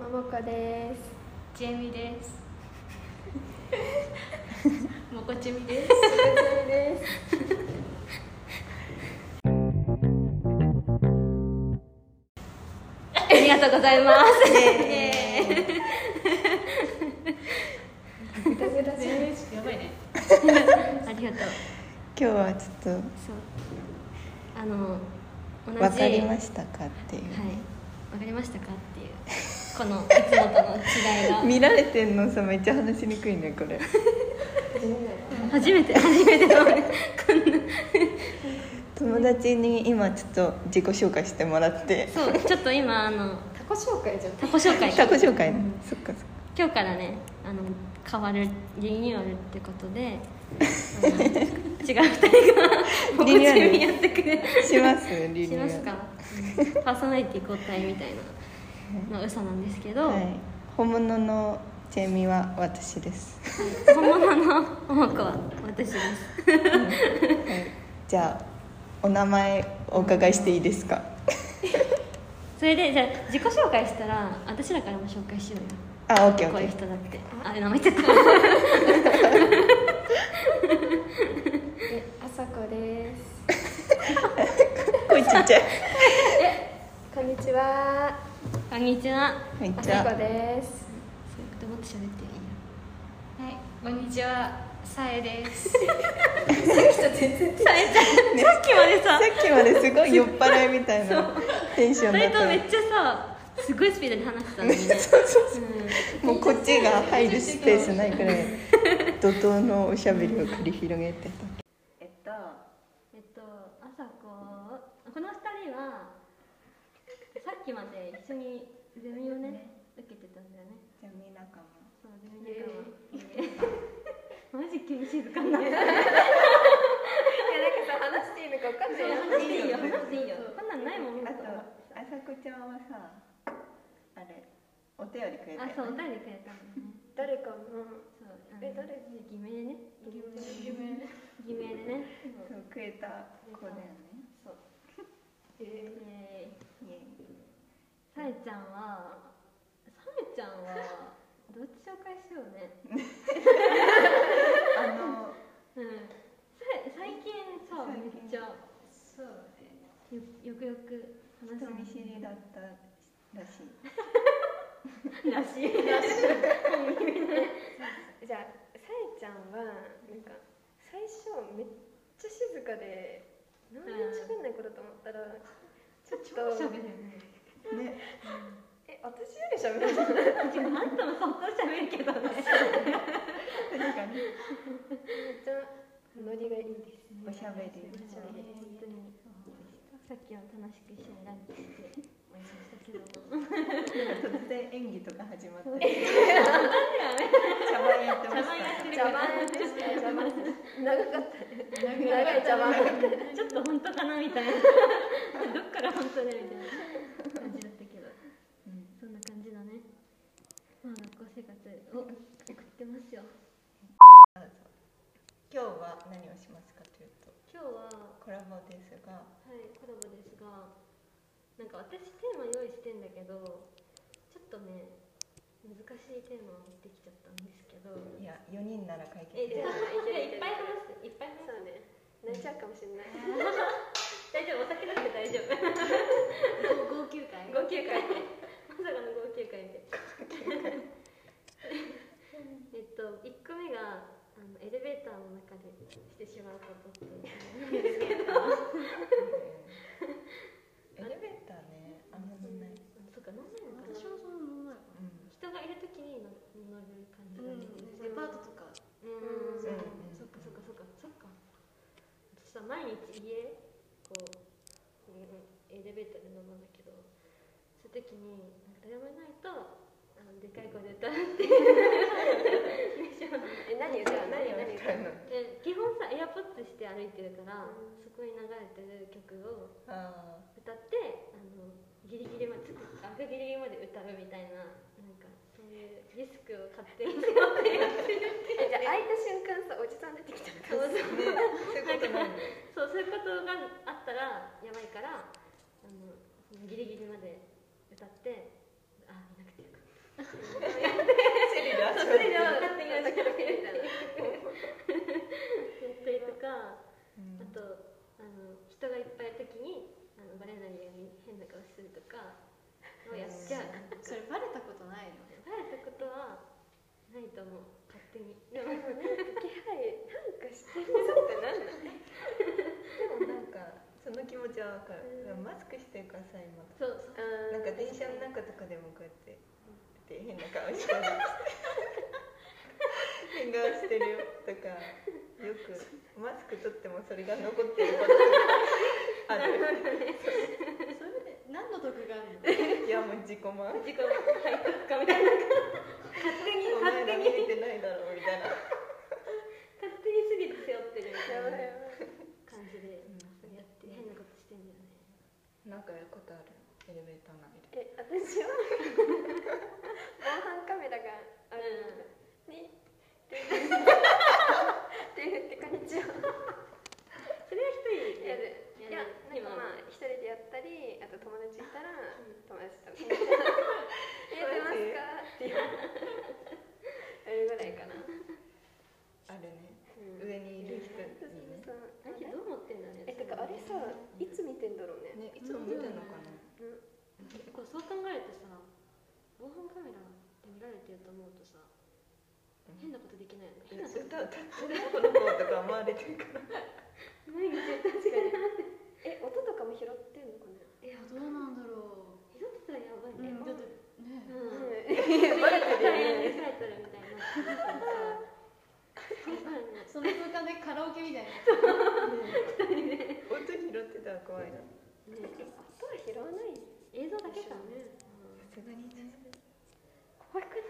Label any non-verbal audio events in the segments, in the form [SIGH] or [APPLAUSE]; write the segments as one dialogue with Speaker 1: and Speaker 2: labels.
Speaker 1: もこです。
Speaker 2: ジェミです。 [LAUGHS] もこちみです。
Speaker 1: です。
Speaker 2: ありがとうございます。
Speaker 1: グダグダじゃん
Speaker 2: やばいね。ありがとう。
Speaker 3: 今日はちょっ
Speaker 2: そう。あの同
Speaker 3: と
Speaker 2: じ。
Speaker 3: 分かりま
Speaker 2: し
Speaker 3: したかっていう、
Speaker 2: はい。わかりましたかっていうこのいつもとの違いが。
Speaker 3: [LAUGHS] 見られてんのさめっちゃ話しにくいねこ
Speaker 2: [LAUGHS]
Speaker 3: れ
Speaker 1: 初めて
Speaker 2: 初めて初めての
Speaker 3: 友達に今ちょっと自己紹介してもらって
Speaker 2: そうちょっと今あの
Speaker 1: タコ紹介じゃん。
Speaker 2: タコ紹介
Speaker 3: 自己紹介
Speaker 2: う
Speaker 3: ね
Speaker 2: ん
Speaker 3: そっかそっか
Speaker 2: 今日からねあの変わるリニューアルってこと [LAUGHS] であの違う2人が
Speaker 3: リニューアル
Speaker 2: 心にやってくれ
Speaker 3: します
Speaker 2: [LAUGHS]
Speaker 3: リ
Speaker 2: し
Speaker 3: ニューア
Speaker 2: ま
Speaker 3: ル
Speaker 2: すかパーソナリティ交代みたいなの嘘なんですけど、
Speaker 3: はい、本物のチェミは
Speaker 2: [LAUGHS]
Speaker 3: 私です、
Speaker 2: 本物のおもこは私です
Speaker 3: はい、じゃあお名前お伺いしていいですか
Speaker 2: それでじゃあ自己紹介したら私らからも紹介しようよ
Speaker 3: あオッケーオ
Speaker 2: こ
Speaker 3: ッ
Speaker 2: う
Speaker 3: ケ
Speaker 2: いう
Speaker 3: ー
Speaker 2: 人だってあ名前言っちゃっ
Speaker 1: え、あさこです。
Speaker 3: 声ちっちゃい
Speaker 1: こんにちは。
Speaker 2: たこんにちは
Speaker 3: めっ
Speaker 1: あ
Speaker 3: ち
Speaker 1: さ
Speaker 3: ゃ
Speaker 1: こです。
Speaker 2: そういうこともっと喋っていいよ
Speaker 4: はい、こんにちは、さ
Speaker 2: [LAUGHS]
Speaker 4: えです。
Speaker 2: さえちゃん、さっきまで
Speaker 3: さ
Speaker 2: さ
Speaker 3: っきまですごい酔っ払いみたいなテンションだ
Speaker 2: 二
Speaker 3: っ
Speaker 2: 人ともめ
Speaker 3: た
Speaker 2: っちゃさすごいスピードで話してたのにね
Speaker 3: もうこっちが入るスペースないくらい怒涛のおしゃべりを繰り広げてた
Speaker 2: えっとえっと朝子この二人はさっきまで一緒にゼミをね受けてたんだよね
Speaker 3: じゃあみなかも
Speaker 2: そうゼミ仲間マジ君静かになる
Speaker 1: なんかさ、話していいのかわかん
Speaker 2: 話していいよ話していいよこんなんないもん
Speaker 3: あとあさこちゃんはさあれお便りくれて
Speaker 2: あそうお便りくれたんだよね
Speaker 1: 誰かも。
Speaker 2: そう
Speaker 1: え誰
Speaker 2: 偽名でね偽名でね
Speaker 3: そうくれた子だよね
Speaker 2: イ
Speaker 1: え
Speaker 2: エーイ
Speaker 3: イエ
Speaker 2: さえちゃんはさえちゃんはどっち紹介しようね
Speaker 3: イあの
Speaker 2: うんさえ最近さめ
Speaker 3: 最近
Speaker 2: っちゃ
Speaker 4: そうね。
Speaker 2: よよくよく話
Speaker 3: 人見
Speaker 2: し
Speaker 3: 知りだったらしい
Speaker 2: てらしいらしい
Speaker 1: ーじゃあ、さえちゃんは、なんか、最初めっちゃ静かで。何にも喋んない子だと思ったら。ちょっ
Speaker 2: 超
Speaker 1: と
Speaker 2: 喋、るよね
Speaker 3: ね
Speaker 1: え、私より喋る。
Speaker 2: 違うあんたもそんな喋るけどね
Speaker 3: 確かに
Speaker 1: めっちゃ、ノリがいいです。
Speaker 3: おしゃべり
Speaker 2: 本当にさっきは楽しく一緒にランチしてお会いしましたけども
Speaker 3: 突然演技とか始 [LAUGHS] まって茶番やってまし
Speaker 2: 茶番やってる
Speaker 1: 邪魔でした。邪魔。長かった。長い邪魔。
Speaker 2: ちょっと本当かなみたいなどっから本当だよみたいな感じだったけど
Speaker 3: うん
Speaker 2: そんな感じだねまあ学校生活を送ってますよ
Speaker 3: 今日は何をしますかというと
Speaker 2: 今日は
Speaker 3: コラボですが
Speaker 2: はいコラボですがなんか私テーマ用意してんだけどちょっとね難しいテーマを持ってきちゃったんですけど
Speaker 3: いや4人なら解決
Speaker 2: えじゃあ
Speaker 1: いけるいける
Speaker 2: [LAUGHS] いっぱい話すいっぱい話す
Speaker 1: そうね。泣いちゃうかもしれない。
Speaker 2: [LAUGHS] 大丈夫お酒だって大丈夫号泣会号泣会まさかの号泣会で [LAUGHS] えっと1個目があのエレベーターの中でしてしまうことっていう
Speaker 3: [LAUGHS] エレベーターねあんま乗んない、
Speaker 2: そうか飲んないのかな
Speaker 4: もそんな
Speaker 2: 人が
Speaker 3: う
Speaker 4: ないか
Speaker 2: いるときに乗乗る感じだね
Speaker 4: デパートとか。
Speaker 2: うん
Speaker 1: うん
Speaker 2: そう
Speaker 3: うん
Speaker 2: そっかそっかそっかそっか私さ毎日家こう、うんエレベーターで飲むんだけどそういう時になんか誰もいないとあのでかい声で歌うっていうでしょ
Speaker 1: え、何歌うの？何何歌うの？
Speaker 2: で基本さエアポッツして歩いてるから、
Speaker 1: うん
Speaker 2: そこに流れてる曲を
Speaker 3: ん、あ
Speaker 2: 歌ってあのギリギリまでちょっとあギリギリまで歌うみたいななんかそういうリスクを勝手に背負ってやってるってい
Speaker 1: え、じ
Speaker 2: う
Speaker 1: ゃあ開いた瞬間さ、おじさん出てきた
Speaker 2: そうそう
Speaker 3: ーねそう
Speaker 2: そうそう
Speaker 3: いうことないの
Speaker 2: いうことがあったらやばいからあのギリギリまで歌ってあ見なくてよかった
Speaker 3: 電車の中とかでもこうやってって変な顔したり変顔してるよとかよくマスク取ってもそれが残ってることがある
Speaker 4: それで何の得があるの
Speaker 3: いやもう自己満
Speaker 2: 自己配達かみたいな勝手に
Speaker 3: お前
Speaker 2: 勝手
Speaker 3: ら見
Speaker 2: に
Speaker 3: えてないだろうみたいな
Speaker 2: 勝手にすぎて背負ってるみた
Speaker 1: やばいやば
Speaker 2: いない感じでやって変なことしてんだよね
Speaker 3: なんかやることあるエレベーター内
Speaker 1: え
Speaker 3: で
Speaker 1: 私は防犯カメラがあるのに手振って「手振ってこんにちは」
Speaker 2: それは一人
Speaker 1: やるい
Speaker 2: で
Speaker 1: やなん
Speaker 2: 今
Speaker 1: かまあ一人でやったりあと友達いたら友達と「見えてますか?」っていうやるぐらいかな、う
Speaker 3: あるね
Speaker 1: ん
Speaker 3: 上にいる人
Speaker 1: そうそう
Speaker 3: にね
Speaker 1: そう
Speaker 2: あれどう思ってんだろうね
Speaker 1: えてかあれさいつ見てんだろうね
Speaker 3: ねいつも見てんのかな
Speaker 2: こうそう考えるとさ防犯カメラで見られてると思うとさ変なことできないよね変なこと
Speaker 3: 歌歌ってる男の子とか思われてるから
Speaker 2: ないんだよ
Speaker 1: 確かにえ
Speaker 2: [LAUGHS]
Speaker 1: 音とかも拾ってんのかな
Speaker 4: えどうなんだろ、
Speaker 2: 拾ってたらやばいうね
Speaker 4: だって
Speaker 2: う
Speaker 4: ね
Speaker 1: うんん
Speaker 2: バレてるよねバレてる [LAUGHS] みたいなやばいね
Speaker 4: その空間でカラオケみたいな
Speaker 3: 音拾ってたら怖いな
Speaker 2: ね
Speaker 1: 音は拾わない
Speaker 2: 映像だけかね
Speaker 3: さすがにね
Speaker 1: 怖くない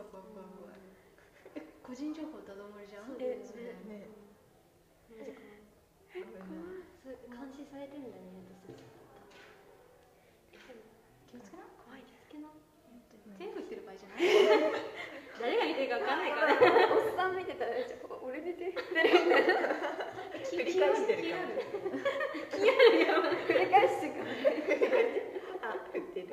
Speaker 4: 怖い怖い怖い怖いえ個人情報だだ漏れじゃん
Speaker 2: そうだよね
Speaker 3: ね
Speaker 2: うんね
Speaker 3: ごめんな
Speaker 2: そう監視されてんだね私たち
Speaker 4: 気をつけな
Speaker 2: 怖いですけど
Speaker 4: 天狗してる場合じゃない
Speaker 2: 誰が見てるか分かんないから
Speaker 1: おっさん見てたらちょっと俺見て誰か
Speaker 3: 繰り返してるか
Speaker 4: 気
Speaker 3: ら
Speaker 4: がある
Speaker 1: 繰り返してくる
Speaker 3: [LAUGHS] あ振ってる
Speaker 4: よ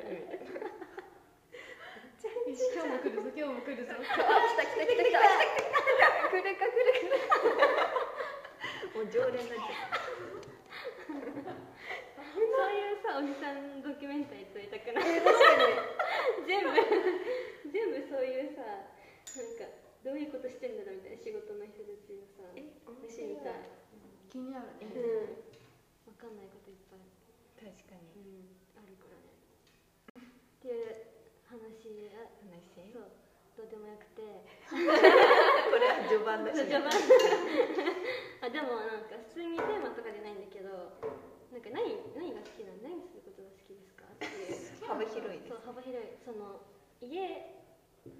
Speaker 4: し今日も来るぞ今日も来るぞ
Speaker 1: あ来た来た来た来た来るか来るか
Speaker 3: もう常連になっちゃ
Speaker 2: [LAUGHS] そういうさおじさんドキュメンタリー撮りたくない
Speaker 1: え確かに
Speaker 2: 全部全部そういうさなんかどういうことしてんだろうみたいな仕事の人たちのさ
Speaker 1: え面
Speaker 2: 知
Speaker 1: 白い
Speaker 2: りたい
Speaker 4: 気になる
Speaker 1: う
Speaker 4: ね
Speaker 1: ん
Speaker 2: 分かんないこといっぱい、
Speaker 3: う確か
Speaker 2: う
Speaker 3: に
Speaker 2: ん、あるからねっていう話あ
Speaker 3: 話して
Speaker 2: そうどうでもよくて
Speaker 3: これは序盤だし
Speaker 2: 序盤
Speaker 3: ね
Speaker 2: [LAUGHS] あでもなんか普通にテーマとかじゃないんだけどなんか何何が好きなん何することが好きですかっていう
Speaker 3: 幅広いです
Speaker 2: そう幅広いその家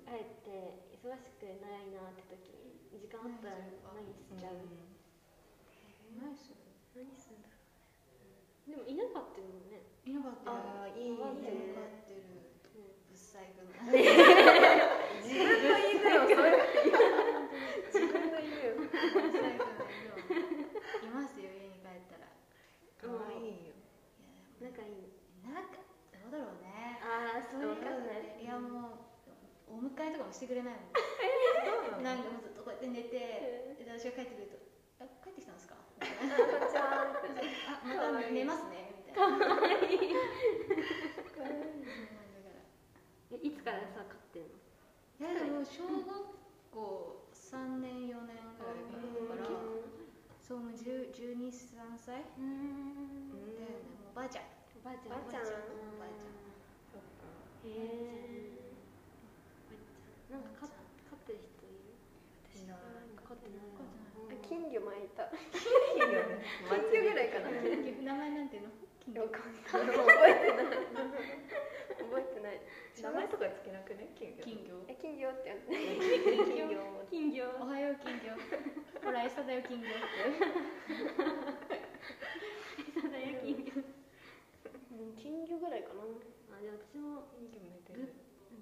Speaker 2: 帰って忙しくないなって時に時間あったら何しちゃう、
Speaker 4: ナイス
Speaker 2: 何するんだろうでもいなかったもんね、
Speaker 4: いなかったよ
Speaker 3: あーいいね
Speaker 4: わかってるわかってるぶっさいくの
Speaker 3: 自分の言い分を
Speaker 1: 自分の家を
Speaker 4: ぶっさいくのいますよ家に帰ったら
Speaker 3: 可愛いよ
Speaker 4: いやでも
Speaker 2: 仲いい
Speaker 4: なんかどうだろうね
Speaker 2: ああそういう
Speaker 1: わかんない
Speaker 4: いやもうお迎えとかもしてくれないもん
Speaker 3: そう
Speaker 4: な
Speaker 3: なの
Speaker 4: んかもうずっとこうやって寝て、で私が帰ってくると「あ帰ってきたんですか?」
Speaker 1: こちゃーんって
Speaker 4: あまた寝ますね」みたいな。い
Speaker 2: えいつからさ飼ってんの
Speaker 4: やでも小学校3年4年ぐらいからだからそうもう1 2 3歳だよ
Speaker 2: う
Speaker 4: ね
Speaker 2: ん
Speaker 4: もうおばあちゃん
Speaker 2: おばあちゃん
Speaker 1: ばあちゃん
Speaker 2: お
Speaker 4: おばあちゃん
Speaker 3: そっか
Speaker 2: へえおばあちゃんなんか飼っ飼ってる人いる
Speaker 3: いない
Speaker 2: なんか飼ってない
Speaker 4: 飼ってな
Speaker 2: う
Speaker 4: い
Speaker 2: ん
Speaker 1: 金魚巻いた
Speaker 3: 金魚ね
Speaker 1: 金魚ぐらいかな
Speaker 4: 金魚名前なんていうの金魚
Speaker 1: わかんない覚えてない覚えてない
Speaker 3: 名前とかつけなくね金魚
Speaker 4: 金魚
Speaker 1: え [LAUGHS] 金魚って呼んで
Speaker 3: 金魚
Speaker 2: 金魚
Speaker 4: おはよう金魚ほら餌だよ金魚
Speaker 2: 餌だよ金魚
Speaker 1: うん金魚ぐらいかな
Speaker 2: あで私も
Speaker 3: 金魚
Speaker 2: グ
Speaker 3: 寝てる
Speaker 2: ッ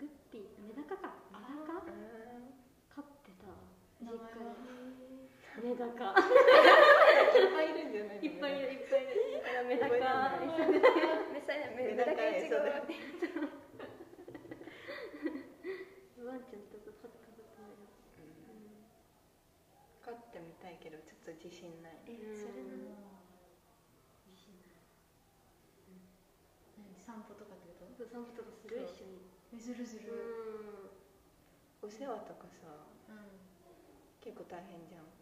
Speaker 2: グッピーメダカかメダカ飼ってた
Speaker 4: 名前は
Speaker 2: メダカ
Speaker 3: いっぱいいるんじゃない
Speaker 2: いっぱいいるいっぱいいるメダカ
Speaker 1: めさめ
Speaker 3: メ
Speaker 1: だ
Speaker 3: ダ
Speaker 1: か
Speaker 3: カ
Speaker 1: いちご
Speaker 3: 餌だよ
Speaker 2: ワンちゃんとか飼ったことないよ
Speaker 3: 飼ってみたいけどちょっと自信ない
Speaker 1: え
Speaker 2: うん
Speaker 1: それなの
Speaker 2: 自信ない
Speaker 4: 何散歩とかってこ
Speaker 2: お散歩とかする一緒に
Speaker 4: とずるず
Speaker 2: う
Speaker 4: る
Speaker 3: お世話とかさ
Speaker 4: うん
Speaker 3: 結構大変じゃん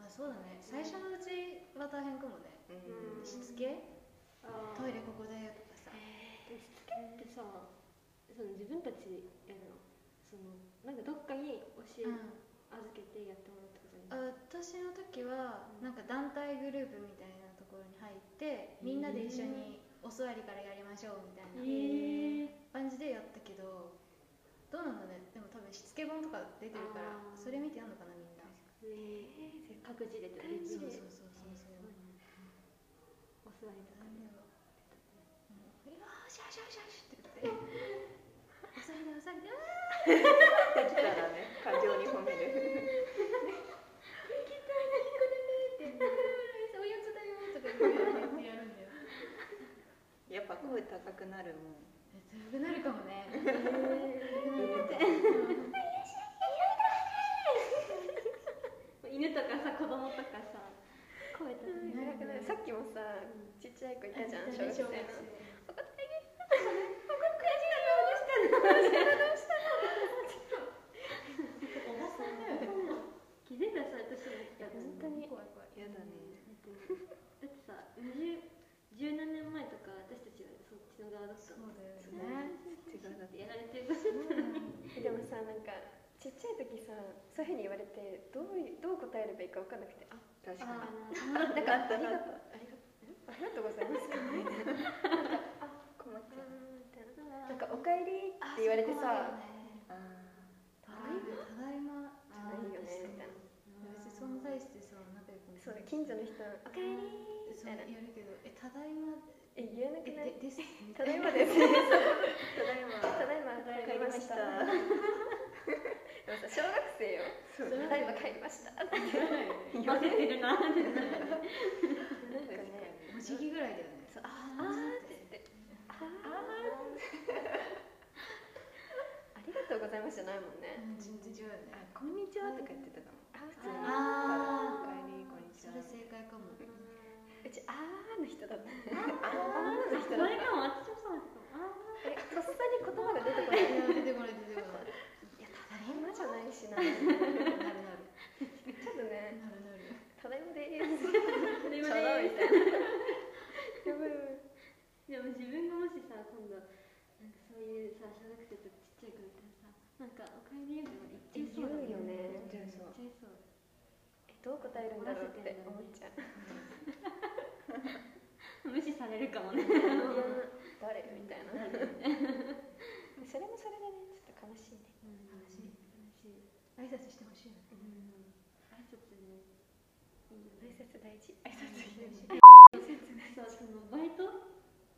Speaker 4: あそうだね最初のうちは大変かもね
Speaker 3: う
Speaker 2: うん
Speaker 3: ん
Speaker 4: しつけ
Speaker 2: あー
Speaker 4: トイレここだよとかさ
Speaker 2: えしつけってさその自分たちやるのそのなんかどっかに教え、
Speaker 4: うん
Speaker 2: 預けてやってもらったことに
Speaker 4: あ私の時はなんか団体グループみたいなところに入ってみんなで一緒にお座りからやりましょうみたいな
Speaker 2: え
Speaker 4: 感じでやったけどどうなんだねでも多分しつけ本とか出てるから
Speaker 2: あー
Speaker 4: それ見てやんのかなみんな
Speaker 2: え各自でってこと
Speaker 4: そうそう
Speaker 2: すごい
Speaker 4: そうそうそう
Speaker 2: お座りとかね
Speaker 4: うんうわーシャーシャーシャーシャーって言ってお座りでお座りであ
Speaker 3: できたらね過剰に褒める
Speaker 4: ーおやつだよーとか言ってやるんだよ
Speaker 3: やっぱ声高くなるもん
Speaker 4: え強くなるかもね
Speaker 2: 犬とかさ子供とかさ声とか
Speaker 1: うん
Speaker 2: ね
Speaker 1: 偉くないさっきもさちっちゃい子いたじゃん小学生の
Speaker 2: 気づいたらさ私やだ
Speaker 1: 本当に
Speaker 4: 怖い怖
Speaker 3: や
Speaker 4: い
Speaker 3: だね
Speaker 2: だってさ20 17年前とか私たちはそっちの側だった
Speaker 4: そう
Speaker 2: の
Speaker 4: だよね
Speaker 3: 違う
Speaker 2: だ
Speaker 3: だ
Speaker 2: ってやられてる
Speaker 4: う
Speaker 1: でも
Speaker 4: ん
Speaker 1: さなんかちっちゃい時さそういうふうに言われてどういどう答えればいいか分かんなくてあ
Speaker 3: 確か
Speaker 4: あー
Speaker 1: なんかありがとうありがとうありがとうございますかみたいななんかあ困っちゃうみたいななんかおかえりって言われてさ
Speaker 3: にあ
Speaker 4: ただいまただい
Speaker 1: あ
Speaker 4: ま
Speaker 1: ーいいよねみたいな
Speaker 4: 別にそんな対してさ仲良くも
Speaker 1: そう近所の人「おかえり」み
Speaker 4: そう
Speaker 1: た
Speaker 4: や
Speaker 1: いな
Speaker 4: るけどえただいま
Speaker 1: え言えなく
Speaker 4: え
Speaker 1: ない
Speaker 4: でですみ
Speaker 1: た
Speaker 4: た
Speaker 1: だ
Speaker 4: い
Speaker 1: い
Speaker 4: な
Speaker 1: まです
Speaker 3: ーただいま
Speaker 1: ただいま帰りましたでもさ小学生よ
Speaker 3: そう
Speaker 1: ただいま帰りましたなんか
Speaker 2: 言わせてるなって
Speaker 3: 確かに
Speaker 1: ね
Speaker 4: お辞儀ぐらいだよね
Speaker 1: そうあーあーって言ってあーありがとうございますじゃないもんね
Speaker 4: うん全然違うよね
Speaker 3: あこんにちはとか言ってたかも
Speaker 1: あ
Speaker 3: 普通に
Speaker 1: ー
Speaker 4: あー
Speaker 3: おかえりこんにち
Speaker 4: そ
Speaker 3: は
Speaker 4: れ正解かも
Speaker 1: うちあーの人だった
Speaker 3: あーの
Speaker 2: そ
Speaker 3: 人だっ
Speaker 2: れかも私もそう
Speaker 1: えとっさに言葉が出てこないいい
Speaker 4: や出てこない出てこない
Speaker 1: やただいまじゃないしなち
Speaker 4: なるなるなる
Speaker 1: ょっとね
Speaker 4: なる
Speaker 1: ただいまでーす
Speaker 2: だったそれ
Speaker 1: ちょう
Speaker 2: は
Speaker 1: ど
Speaker 2: ね
Speaker 1: みたいなやばいやばい
Speaker 2: でも自分がもしさ今度なんかそういうさ小学生とちっちゃい子みたいなさなんかおかえりとか言っちゃいそう
Speaker 1: 言
Speaker 2: だ
Speaker 1: うよね
Speaker 2: 言っちゃいそう
Speaker 1: えどう答えるんだろうって思っちゃう
Speaker 2: 無視されるかもね
Speaker 1: いや誰みたいなそれもそれでねちょっと悲しいね
Speaker 2: 悲しい悲しい
Speaker 4: 挨拶してほしいよ
Speaker 2: う
Speaker 4: ね
Speaker 2: ん挨拶ねいいよ
Speaker 1: 挨
Speaker 2: ね
Speaker 1: 拶大事挨拶
Speaker 2: さそのバイト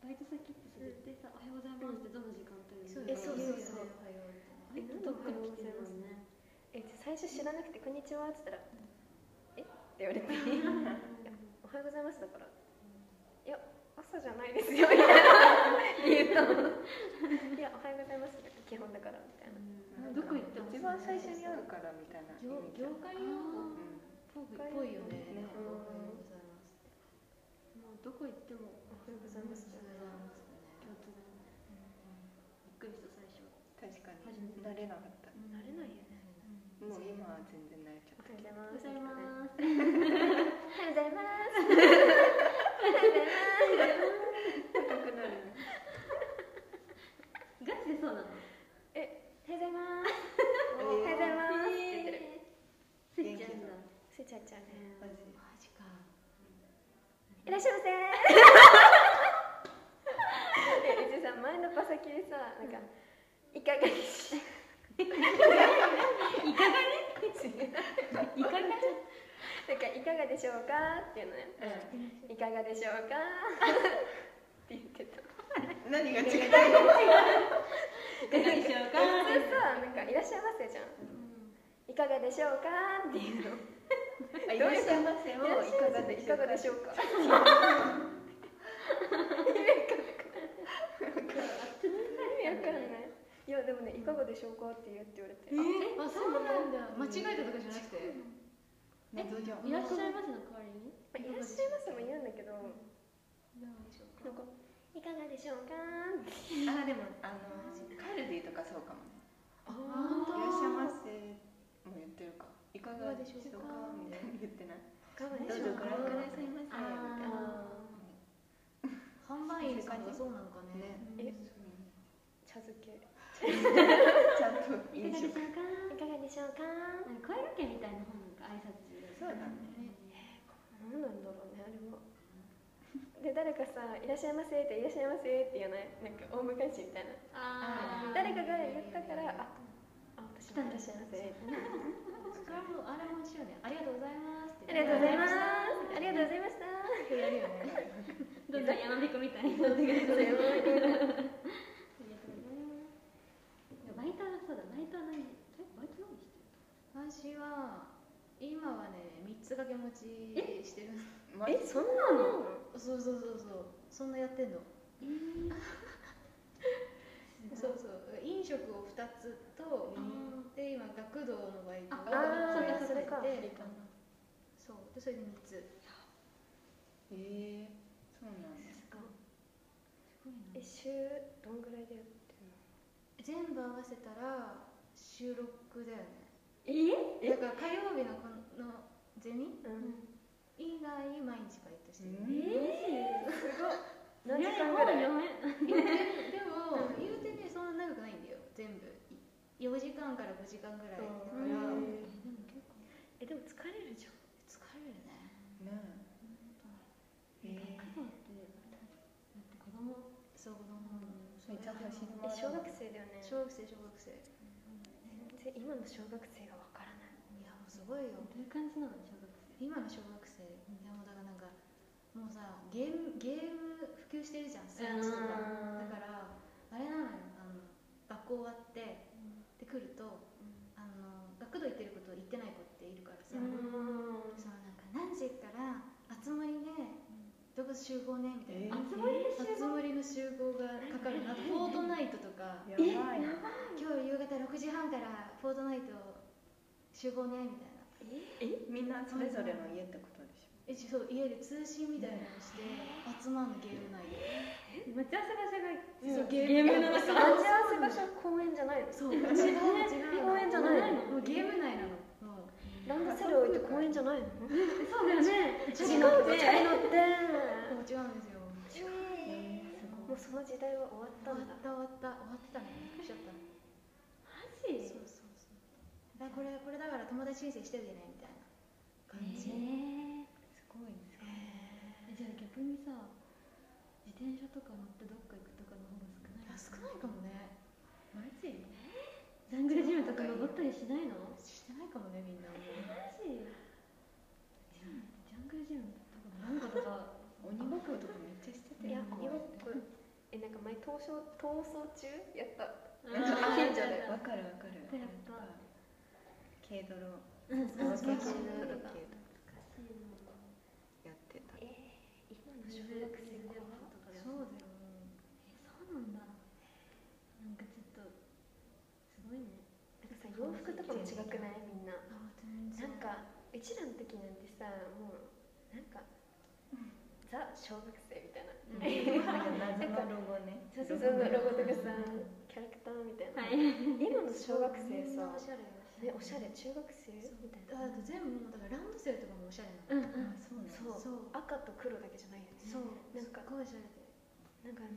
Speaker 2: バイト先ってさ絶対さ「おはようございます」ってどの時間帯
Speaker 1: え
Speaker 2: に
Speaker 1: そうそうそう
Speaker 4: おはようみた
Speaker 2: え
Speaker 4: いな
Speaker 2: どっかに来てるもんね
Speaker 1: え最初知らなくて「こんにちは」っつったら「えっ?」て言 [LAUGHS] われて「おはようございます」だから「いや朝じゃないですよ」みたいな言ったの「いやおはようございます」が基本だからみたいな
Speaker 2: うんどこ行っても
Speaker 3: 一番最初に会うからみたいな意
Speaker 4: 業
Speaker 3: 味じゃん
Speaker 4: 業界
Speaker 3: う
Speaker 4: 用
Speaker 3: ん
Speaker 4: 語っぽいよねなんかお
Speaker 2: も
Speaker 4: はようございます
Speaker 2: うどこ行っても
Speaker 1: 「おはようございます」
Speaker 4: おはようございますね
Speaker 2: 共通だねびっくりした最初
Speaker 3: 確か
Speaker 2: 初めて
Speaker 3: に慣れなかった
Speaker 1: 慣れないよね
Speaker 3: もう今は全然慣れちゃ
Speaker 1: お
Speaker 3: っ
Speaker 1: はようございま
Speaker 2: おは
Speaker 1: す
Speaker 2: ようございます
Speaker 1: おはようございます [LAUGHS]
Speaker 3: た高くなるね
Speaker 2: ガチでそうなの
Speaker 1: おはようございます
Speaker 3: お
Speaker 1: おはようござい
Speaker 3: ま
Speaker 1: ますって言ってる
Speaker 2: スイッチあんだ
Speaker 1: スイちゃんちゃんね
Speaker 3: マジ
Speaker 4: マジか
Speaker 1: いらっしゃいませえうちさ前のパサキでさなんか「いかがにし
Speaker 2: いかがねいかが
Speaker 1: なんかいかがでしょうか?」っていうのね「いかがでしょうか?」って言ってた
Speaker 3: うん何が違う
Speaker 2: いかがでしょうか
Speaker 1: 普通さなんか「いらっしゃいませ」じゃん「いかがでしょうか?」っていうの
Speaker 3: あいらっしゃいませ
Speaker 1: いら
Speaker 3: を
Speaker 1: っ
Speaker 3: い
Speaker 1: し
Speaker 3: か
Speaker 1: ゃい
Speaker 3: が
Speaker 1: ませ
Speaker 3: で
Speaker 1: い
Speaker 3: しょ
Speaker 1: か
Speaker 3: うか
Speaker 1: がでしょうか?」意味わかんないいやでもね「いかがでしょうか?」って言うって言われて「
Speaker 4: えあそうなんだ間違えたとかじゃなくて
Speaker 3: 謎じゃん
Speaker 2: いらっしゃいますの代わりに
Speaker 1: あいらっしゃいませ」も言うんだけどなんか「いかがでしょうか?」って
Speaker 3: あでもあのカルディとかそうかもね
Speaker 4: あ
Speaker 3: いら
Speaker 4: 本
Speaker 3: っしゃいませも言ってるかいかがでしょうか
Speaker 4: いか
Speaker 3: み
Speaker 4: がでしょうか
Speaker 3: たいな言って
Speaker 1: 「
Speaker 3: ない
Speaker 1: いかがで
Speaker 3: どう
Speaker 1: し
Speaker 3: ぞ
Speaker 1: ょう
Speaker 3: ご
Speaker 1: か?」
Speaker 3: 覧くださいませみたいな
Speaker 4: 販売員さんがそうなのかね
Speaker 1: え
Speaker 3: ね
Speaker 4: え
Speaker 3: ちゃんと
Speaker 2: いかが
Speaker 3: 飲
Speaker 2: でしょう
Speaker 3: 食
Speaker 2: か
Speaker 1: いかがでしょうか
Speaker 2: なんか声掛けみたいな本が挨拶
Speaker 3: そうだね
Speaker 1: 何なんだろうねあれはで誰かさ「いらっしゃいませ」って「いらっしゃいませ」って言わないなんか大昔みたいな
Speaker 2: あー
Speaker 1: 誰かが言ったから「ああ私もいらっしゃいませ」
Speaker 2: それもあれも面白いねありがとうございますっ
Speaker 1: あ
Speaker 2: て
Speaker 1: りがとうございます
Speaker 2: あ
Speaker 1: ありがとうございました
Speaker 2: りがとうございますってやるよねどんどん山彦みたいになってくる
Speaker 1: ありがとうございます
Speaker 2: [LAUGHS] ありがとうございますバイトはそうだバイトは何えバイト何してる
Speaker 4: 私は今はね三つ掛け持ちしてる
Speaker 3: ま
Speaker 1: えそんなの
Speaker 4: そうそうそうそうそんなやってんのそうそう飲食を2つとで今学童のバイトを
Speaker 1: あー
Speaker 4: やってて
Speaker 1: それか
Speaker 4: そうでそれで3つ
Speaker 3: えー、そうなんだ
Speaker 1: え週どんぐらいでやってるの
Speaker 4: 全部合わせたら収録だよね
Speaker 1: え
Speaker 4: だから火曜日のこの銭
Speaker 1: うん
Speaker 4: 以外毎日バイトして
Speaker 3: う
Speaker 4: る、
Speaker 3: ん
Speaker 1: 何時間ぐらい
Speaker 4: でも
Speaker 1: [LAUGHS]
Speaker 4: 言うてねそんな長くないんだよ全部4時間から5時間ぐらいだから
Speaker 1: う
Speaker 4: 疲
Speaker 1: んえでも疲れるじゃん
Speaker 4: れるね
Speaker 3: ねええ
Speaker 2: 子供
Speaker 4: そう子供
Speaker 3: ー、めっちゃ走り
Speaker 1: え
Speaker 3: 回
Speaker 1: 小
Speaker 3: る
Speaker 1: 学生だよね
Speaker 4: 小学生小学生い
Speaker 1: 全然今の小学生がわからない
Speaker 4: やもうすごいよ
Speaker 2: どういう感じなの小学生
Speaker 4: 今の小学生いやもうだからなんかもうさゲームゲーム普及してるじゃんスイッチとかだ
Speaker 1: うん
Speaker 4: からあれなのよあの学校終わってで来るとあの学童行ってる子と行ってない子っているからさ、
Speaker 1: うん
Speaker 4: そうなんか何時から集まりでどこ集合ねみたい
Speaker 3: え
Speaker 4: な、
Speaker 2: 集まりで
Speaker 4: 集まりの集合がかかるなフォートナイトとか
Speaker 3: ー、やばいな
Speaker 4: 今日夕方6時半からフォートナイト集合ねみたいな
Speaker 3: みんなそれぞれの家ってことでしょ
Speaker 4: えそう家で通信みたいなのして集まんのゲーム内で
Speaker 2: 待ち合わせ場所が
Speaker 4: そう
Speaker 2: ゲームの
Speaker 1: 待ち合わせ場所は公園じゃないの
Speaker 4: そう違う違う
Speaker 1: 公園じゃないの
Speaker 4: もうゲーム内なのもう
Speaker 1: ランドセル置いて公園じゃないの
Speaker 2: そうだよね
Speaker 1: チャリ乗ってチャリ乗って
Speaker 4: もう違うんですよ
Speaker 1: もうその時代は終わった
Speaker 4: 終わ
Speaker 1: んだ
Speaker 4: った終わった終わってたねびっくりしちゃっ
Speaker 2: マ
Speaker 4: た
Speaker 2: ジ
Speaker 4: そうそうそうだこれこれだから友達申請してるじゃないみたいな感
Speaker 2: え
Speaker 4: じ、
Speaker 2: ー
Speaker 4: すごいね
Speaker 2: えじゃあ逆にさ自転車とか乗ってどっか行くとかの方が少ない
Speaker 4: いや少
Speaker 3: マ
Speaker 4: ないかもね
Speaker 3: ジ
Speaker 2: ジャングルジムとか登ったりしないの
Speaker 4: してないかもねみんなもう
Speaker 2: マジジャングルジムとかなんかとか
Speaker 3: 鬼ごっことかめっちゃしてて
Speaker 1: いや鬼ごっこえなんか前逃走逃走中やった
Speaker 2: [LAUGHS]
Speaker 1: 近所で
Speaker 3: わかるわかる
Speaker 2: やっぱ
Speaker 3: 軽泥
Speaker 2: うん
Speaker 3: お化け
Speaker 1: そうそう
Speaker 3: 軽泥とか
Speaker 2: しいの
Speaker 3: やってた
Speaker 1: 今の小学生は
Speaker 2: とかで
Speaker 4: そうだよ
Speaker 2: えそうなんだなんかちょっとすごいね
Speaker 1: なんかさ洋服とかも違くないみんな
Speaker 4: あ全
Speaker 1: な
Speaker 4: 然
Speaker 1: んかうちらの時なんてさもうなんかザ小学生みたいな
Speaker 3: なんか謎のロゴね
Speaker 1: そうそうそうロゴとかさキャラクターみたいな、今の小学生
Speaker 4: みん
Speaker 1: さ
Speaker 4: なおしゃれよ
Speaker 1: ねおしゃれ中学生みたい
Speaker 4: あ
Speaker 1: な
Speaker 4: と全部もうだからランドセルとかもおしゃれなの
Speaker 2: うんうん
Speaker 3: あそうなんだ
Speaker 1: そう
Speaker 4: そう
Speaker 1: 赤と黒だけじゃないよね
Speaker 4: そう
Speaker 1: なん
Speaker 4: す
Speaker 1: か
Speaker 4: っごいおしゃれで
Speaker 1: なんかなん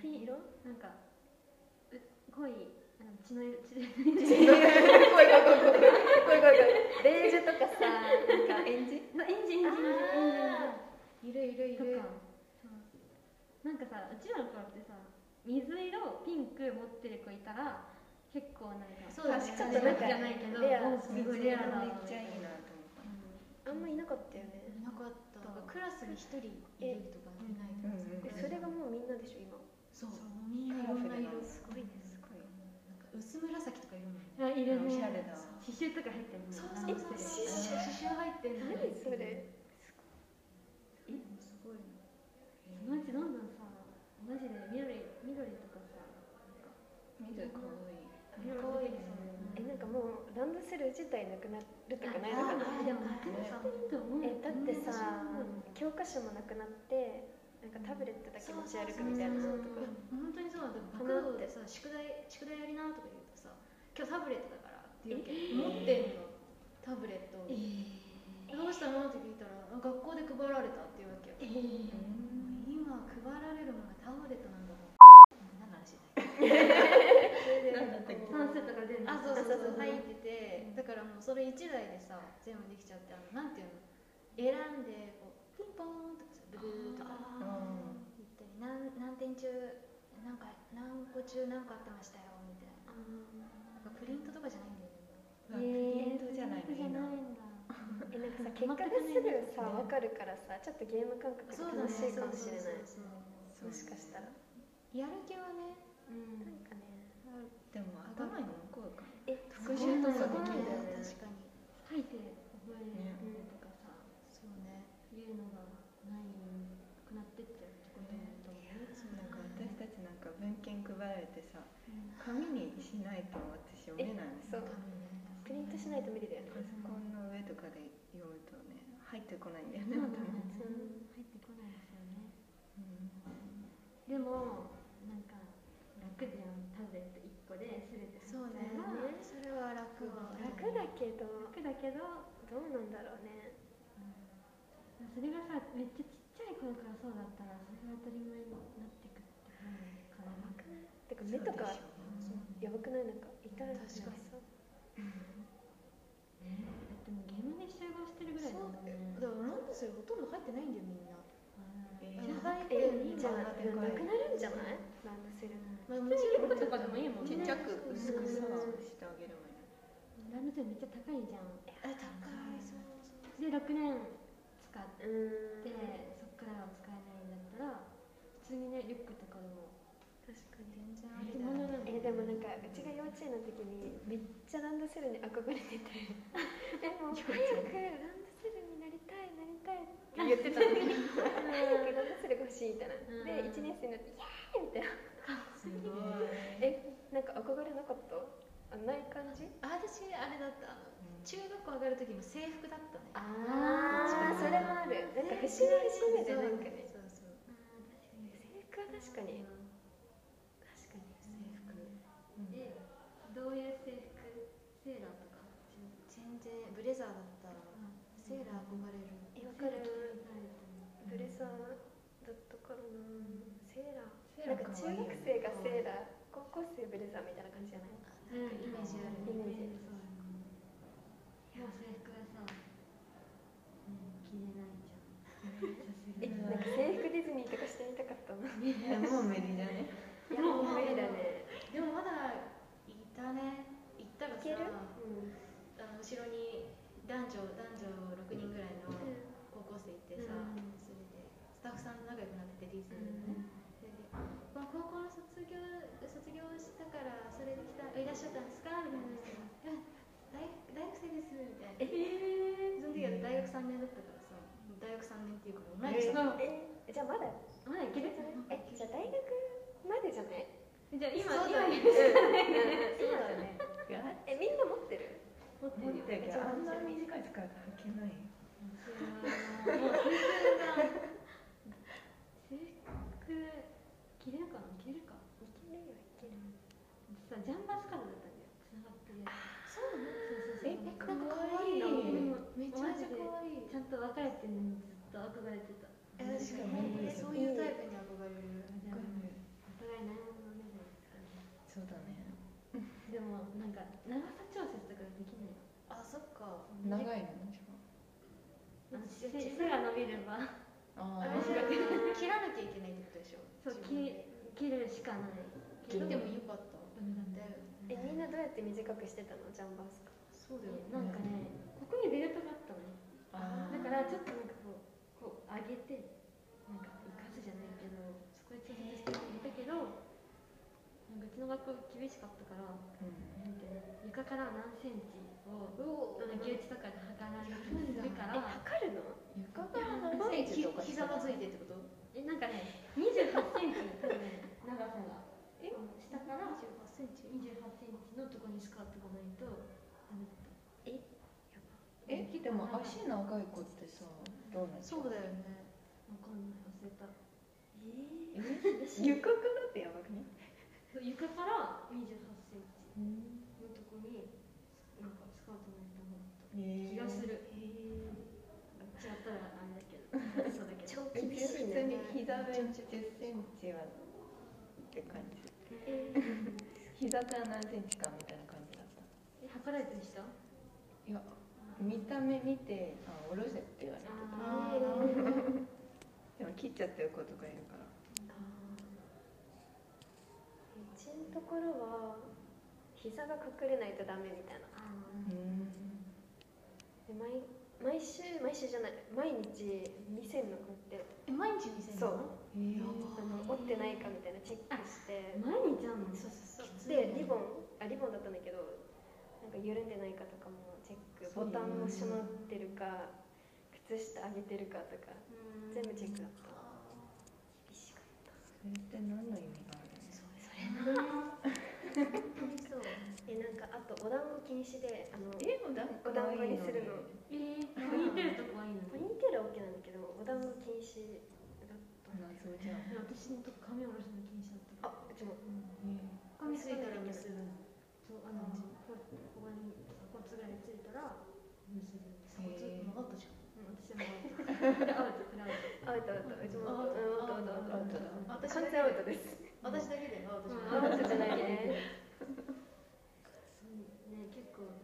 Speaker 1: 何 [LAUGHS] 色
Speaker 2: なんかう濃いあの血の色 [LAUGHS] 血の
Speaker 1: こいこいこいベージュとかさなんかエンジ
Speaker 2: 色エンジンエンジンエンジンエンジン
Speaker 4: いるいるい
Speaker 2: と
Speaker 4: る
Speaker 2: かなんかさうちらの頃ってさ水色ピンク持ってる子いたら結構なんか
Speaker 4: そうだね
Speaker 2: ちょっとなんかじゃないけど
Speaker 1: レア
Speaker 2: もうすごいレアだ
Speaker 3: めっちゃいいなと思った
Speaker 1: あんまいなかったよね
Speaker 4: いなかったクラスに一人いるとかいないとか
Speaker 3: うんうん
Speaker 1: えそれがもうみんなでしょ今
Speaker 4: そうみんないろんな色
Speaker 1: すごいねすごい
Speaker 4: なんか薄紫とかいるもんね
Speaker 2: あいる
Speaker 3: お
Speaker 2: ね
Speaker 3: しゃれだわ
Speaker 2: 刺繍とか入ってるの
Speaker 4: そう
Speaker 2: ラン
Speaker 4: そう
Speaker 2: ドセ
Speaker 4: そう
Speaker 2: ル
Speaker 4: 刺繍刺繍入ってる
Speaker 1: 何それ
Speaker 4: すごいな
Speaker 2: そのうちどんどんさマジで緑緑とかさ
Speaker 3: 緑かわいい
Speaker 2: 色
Speaker 1: かわいいね
Speaker 2: 出
Speaker 1: えな
Speaker 2: てき
Speaker 1: んかもうランドセル自体なくなるとかないのか
Speaker 2: たよ
Speaker 1: な
Speaker 2: ねあでもなくなってると思う
Speaker 1: えだってさ
Speaker 2: うん
Speaker 1: 教科書もなくなってなんかタブレットだけ持ち歩くみたいなのとか
Speaker 4: 本当にそうだ学童でさ宿題宿題やりなとか言うとさ今日タブレットだからって言うけど持ってんのタブレットをどうしたのって聞いたらあ学校で配られたって言うわけよ
Speaker 2: えー
Speaker 4: [LAUGHS] 今配られるものがタブレットなんだもん何の話だっけそれで
Speaker 2: 算数とか全部
Speaker 4: あそうそ
Speaker 1: あそうそ
Speaker 4: う
Speaker 1: う
Speaker 4: そう入っててだからもうそれ1台でさ全部できちゃってあのなんていうの選んでこうピンポーンとかさブルーとか言ったりなん何点中なんか何個中何個あってましたよみたいななんかプリントとかじゃないんだよね
Speaker 2: えー
Speaker 3: プリントじゃないの
Speaker 4: プリントじゃない
Speaker 3: 今
Speaker 4: んだ
Speaker 1: えなんかさ結果がすぐさ分かるからさちょっとゲーム感覚で楽しいかもしれない
Speaker 3: そ
Speaker 4: そう
Speaker 3: う
Speaker 1: もしかしたら
Speaker 4: やる気はね
Speaker 1: なん
Speaker 3: で
Speaker 1: かね
Speaker 3: も頭に残るから
Speaker 1: え
Speaker 3: 復習とか
Speaker 4: そ
Speaker 3: で
Speaker 4: こま
Speaker 3: きる
Speaker 4: でだ
Speaker 3: よね
Speaker 4: よね確
Speaker 2: 書
Speaker 4: かに
Speaker 2: いて覚えるとかさ、
Speaker 4: そうね
Speaker 2: いうのがないなくなってっちゃうってことだと思う
Speaker 3: そうなんか私たちなんか文献配られてさ紙にしないと私読めないんです
Speaker 1: そう
Speaker 3: よ
Speaker 1: プリントしないと無理だよね
Speaker 3: パソコンの上とかで読むとね入ってこないんだよね頭に
Speaker 2: 入ってこないですよね
Speaker 3: うん
Speaker 2: でもなんか楽じゃんタブレット1個で全て
Speaker 4: そうね
Speaker 2: 入っ
Speaker 4: それは楽は
Speaker 1: 楽だけど
Speaker 2: たら楽だけど
Speaker 1: どうなんだろうね
Speaker 2: それがさめっちゃちっちゃい頃からそうだったらそれが当たり前になってくってことなのかな
Speaker 1: てか目とか
Speaker 4: そうね
Speaker 1: やばくないなんか痛い確
Speaker 4: 確かに
Speaker 2: ねだってもうゲームで集合してるぐらいだもんね
Speaker 4: だからなんでそれほとんど入ってないんだよみんな
Speaker 2: うん
Speaker 3: え
Speaker 4: 入
Speaker 3: ー
Speaker 4: れ
Speaker 1: え
Speaker 4: てみん
Speaker 1: じゃあ
Speaker 4: なま
Speaker 1: な
Speaker 3: で
Speaker 1: く
Speaker 3: か
Speaker 1: ないるんじゃないランドセル
Speaker 4: あもちろん
Speaker 2: とかでもいいもん
Speaker 3: ちっ
Speaker 2: ね
Speaker 3: ちゃく薄くさ
Speaker 1: うん
Speaker 3: してあげればいいのに
Speaker 2: ランドセルめっちゃ高いじゃん
Speaker 4: あ高いそうそう
Speaker 2: で6年使っ
Speaker 1: うーん
Speaker 2: てそっからは使えないんだったら普通にねリュックとかでも
Speaker 1: 確かに
Speaker 4: 全然あ
Speaker 2: 入
Speaker 4: り
Speaker 2: れ
Speaker 4: だ
Speaker 2: 物
Speaker 1: えでもなん
Speaker 2: なの
Speaker 4: よ
Speaker 1: かうちが幼稚園の時にめっちゃランドセルに憧れててえもう早くランドセルになりたいなりたいって言ってたんだけど早くランドセルが欲しいみたいな
Speaker 2: うん
Speaker 1: で1年生になってイエーイみたいな
Speaker 3: すごい
Speaker 1: えなんか憧れなかったあない感じ
Speaker 4: あ私あれだったあの中学校上がる時の制服だったね
Speaker 1: あ
Speaker 2: ー
Speaker 1: あそれもあるなんか節目節目でなんかね
Speaker 4: そうそう
Speaker 1: 制服は確かに確かに
Speaker 4: 制服
Speaker 2: でどういう制服セーラーとか
Speaker 4: 全然ブレザーだったらセーラー憧れる
Speaker 1: えわかる
Speaker 2: う
Speaker 1: ブレザーだったからなセーラー
Speaker 3: セー
Speaker 1: なん
Speaker 3: ラー
Speaker 1: か
Speaker 3: 可
Speaker 1: 中
Speaker 3: 愛い
Speaker 1: 学
Speaker 3: よ
Speaker 1: 生
Speaker 3: ね
Speaker 1: がセーラー高校生ブレザーみたいな感じじゃない
Speaker 2: ん
Speaker 4: イメージある
Speaker 1: イメージ
Speaker 2: そうもう制服はさ着れないじゃん
Speaker 1: えなんか制服ディズニーとか [LAUGHS] してみたかったない
Speaker 3: えもう無理だね
Speaker 1: やもう無理だ
Speaker 2: [LAUGHS]
Speaker 1: ね
Speaker 4: でもまだいたね行ったら
Speaker 1: い
Speaker 4: さ
Speaker 1: ける
Speaker 4: あの後ろに男女男女6人ぐらいの高校生いてさ、
Speaker 2: うん
Speaker 4: それでスタッフさんと仲良くなっててディズニーのね、それでまあ、高校の卒業卒業したからそれで来たいらっしゃったんですかみたいな人がいや大大学生ですみたいな
Speaker 1: え
Speaker 4: その時は大学3年だったからさもう大学3年っていうから
Speaker 1: え
Speaker 4: 同い年だ
Speaker 1: えじゃあまだ
Speaker 2: まだいける
Speaker 1: えじゃあ大学までじゃない
Speaker 2: じゃあ今
Speaker 4: そうだ
Speaker 2: 今
Speaker 4: ね
Speaker 1: え
Speaker 4: そうだよね
Speaker 1: [LAUGHS] みんな持ってる
Speaker 2: 持って
Speaker 3: 持っ
Speaker 2: るよ
Speaker 3: てるけどあんな短いスカート履けないよ
Speaker 2: 制服着れるかな着れるか
Speaker 1: いけるよいける
Speaker 2: さジャンバースカートだったんだよつながってる
Speaker 4: そうなの
Speaker 2: そうそうそう
Speaker 3: え
Speaker 2: なんか
Speaker 3: かわいい
Speaker 4: めちゃめちゃ可愛い
Speaker 2: ちゃんと別れてるのにずっと憧れてた
Speaker 4: え確かにそういうタイプに憧れる
Speaker 2: でもお互い悩むね
Speaker 3: そうだね
Speaker 2: でもなんか長さ調節とかできないの
Speaker 4: あそっか
Speaker 3: 長いのねしかも
Speaker 2: あの背背が伸びれば
Speaker 3: あ
Speaker 4: あ
Speaker 3: ー
Speaker 4: れ切らなきゃいけないってことでしょ
Speaker 2: そう
Speaker 4: 自分
Speaker 2: 切
Speaker 4: で
Speaker 2: 切るしかない
Speaker 4: 切
Speaker 2: けど
Speaker 4: って
Speaker 2: で
Speaker 4: も
Speaker 2: も
Speaker 4: よかった
Speaker 2: ダメなんだよ
Speaker 4: だよ
Speaker 1: えみんなどうやって短くしてたのジャンバースカ
Speaker 4: そうだよね
Speaker 2: なんかねここにベルトがあったのね
Speaker 3: あ
Speaker 2: だからちょっとなんかこうこう上げてなんか浮かすじゃないけどそこで調節して入れたけどなんかうちの学校厳しかったからなん
Speaker 3: ーうん
Speaker 2: ていうの床から何センチを
Speaker 4: お
Speaker 2: どの牛打とかで測られるか
Speaker 1: ー
Speaker 2: ら
Speaker 1: 測るの
Speaker 3: 床から何センチとか
Speaker 4: ひざまずいてってこと
Speaker 2: えなんかね28センチ多分長さが
Speaker 4: え
Speaker 2: 下から
Speaker 4: 28センチ
Speaker 2: 28センチのとこにスカートがないとダメだった
Speaker 3: えでも足長い子ってさどうなん
Speaker 4: そうだよね
Speaker 2: わかんない忘れた
Speaker 1: え
Speaker 3: 床からってやばくね
Speaker 2: そう床から28センチのとこになんかスカートないと思った気がする違ったらあれだけどそうだけど
Speaker 1: 超
Speaker 3: え
Speaker 1: 厳しい
Speaker 3: 普
Speaker 1: ね
Speaker 3: 通に膝上10センチはって感じ
Speaker 2: えー
Speaker 4: 膝
Speaker 3: 膝から何センチかみたいな感じだった
Speaker 2: え測られてました
Speaker 3: いや見た目見てあ下ろせって言われて
Speaker 2: あー
Speaker 3: でも切っちゃってる子とかいるか
Speaker 1: う
Speaker 3: ら
Speaker 1: ちのところは膝が隠れないとダメみたいな
Speaker 2: あー
Speaker 3: う
Speaker 1: で
Speaker 3: ん
Speaker 1: 毎毎週毎週じゃない毎日見せんのこうやっ
Speaker 5: え
Speaker 1: て
Speaker 5: 毎日見せるの
Speaker 1: そう
Speaker 3: へえ
Speaker 1: あの折ってないかみたいなチェックして
Speaker 2: 毎日あんの
Speaker 5: そうそうそう
Speaker 1: でリボンあリボンだったんだけどなんか緩んでないかとかもチェックボタンも閉まってるか靴下上げてるかとか
Speaker 2: うん
Speaker 1: 全部チェックだった厳しかっ
Speaker 3: それって何の意味があるんですか
Speaker 2: そう
Speaker 1: たえなんかあとお団子禁止であの
Speaker 3: えお団
Speaker 1: お団子にするの
Speaker 2: えー、ポニーテールとかはいいの
Speaker 1: ポニーテールは OK なんだけどお団子禁止だったんだよ
Speaker 3: 謎じゃん
Speaker 2: いや私のとこ髪下ろすの禁止だった
Speaker 1: あうちも
Speaker 2: 髪ついたら結ぶのそうあのこここに鎖骨ぐらいついたら結ぶ鎖骨
Speaker 3: へー
Speaker 2: 曲がったじゃん、うん、私は曲がったこれアウトこれアウト
Speaker 1: アウトアウトうちもアウトアウトアウトアウト
Speaker 4: あ
Speaker 1: 完
Speaker 4: 私だけ
Speaker 1: 全アウトです
Speaker 4: 私だけだよ私だ
Speaker 1: アウトじゃな
Speaker 4: け
Speaker 1: いね
Speaker 2: そうね結構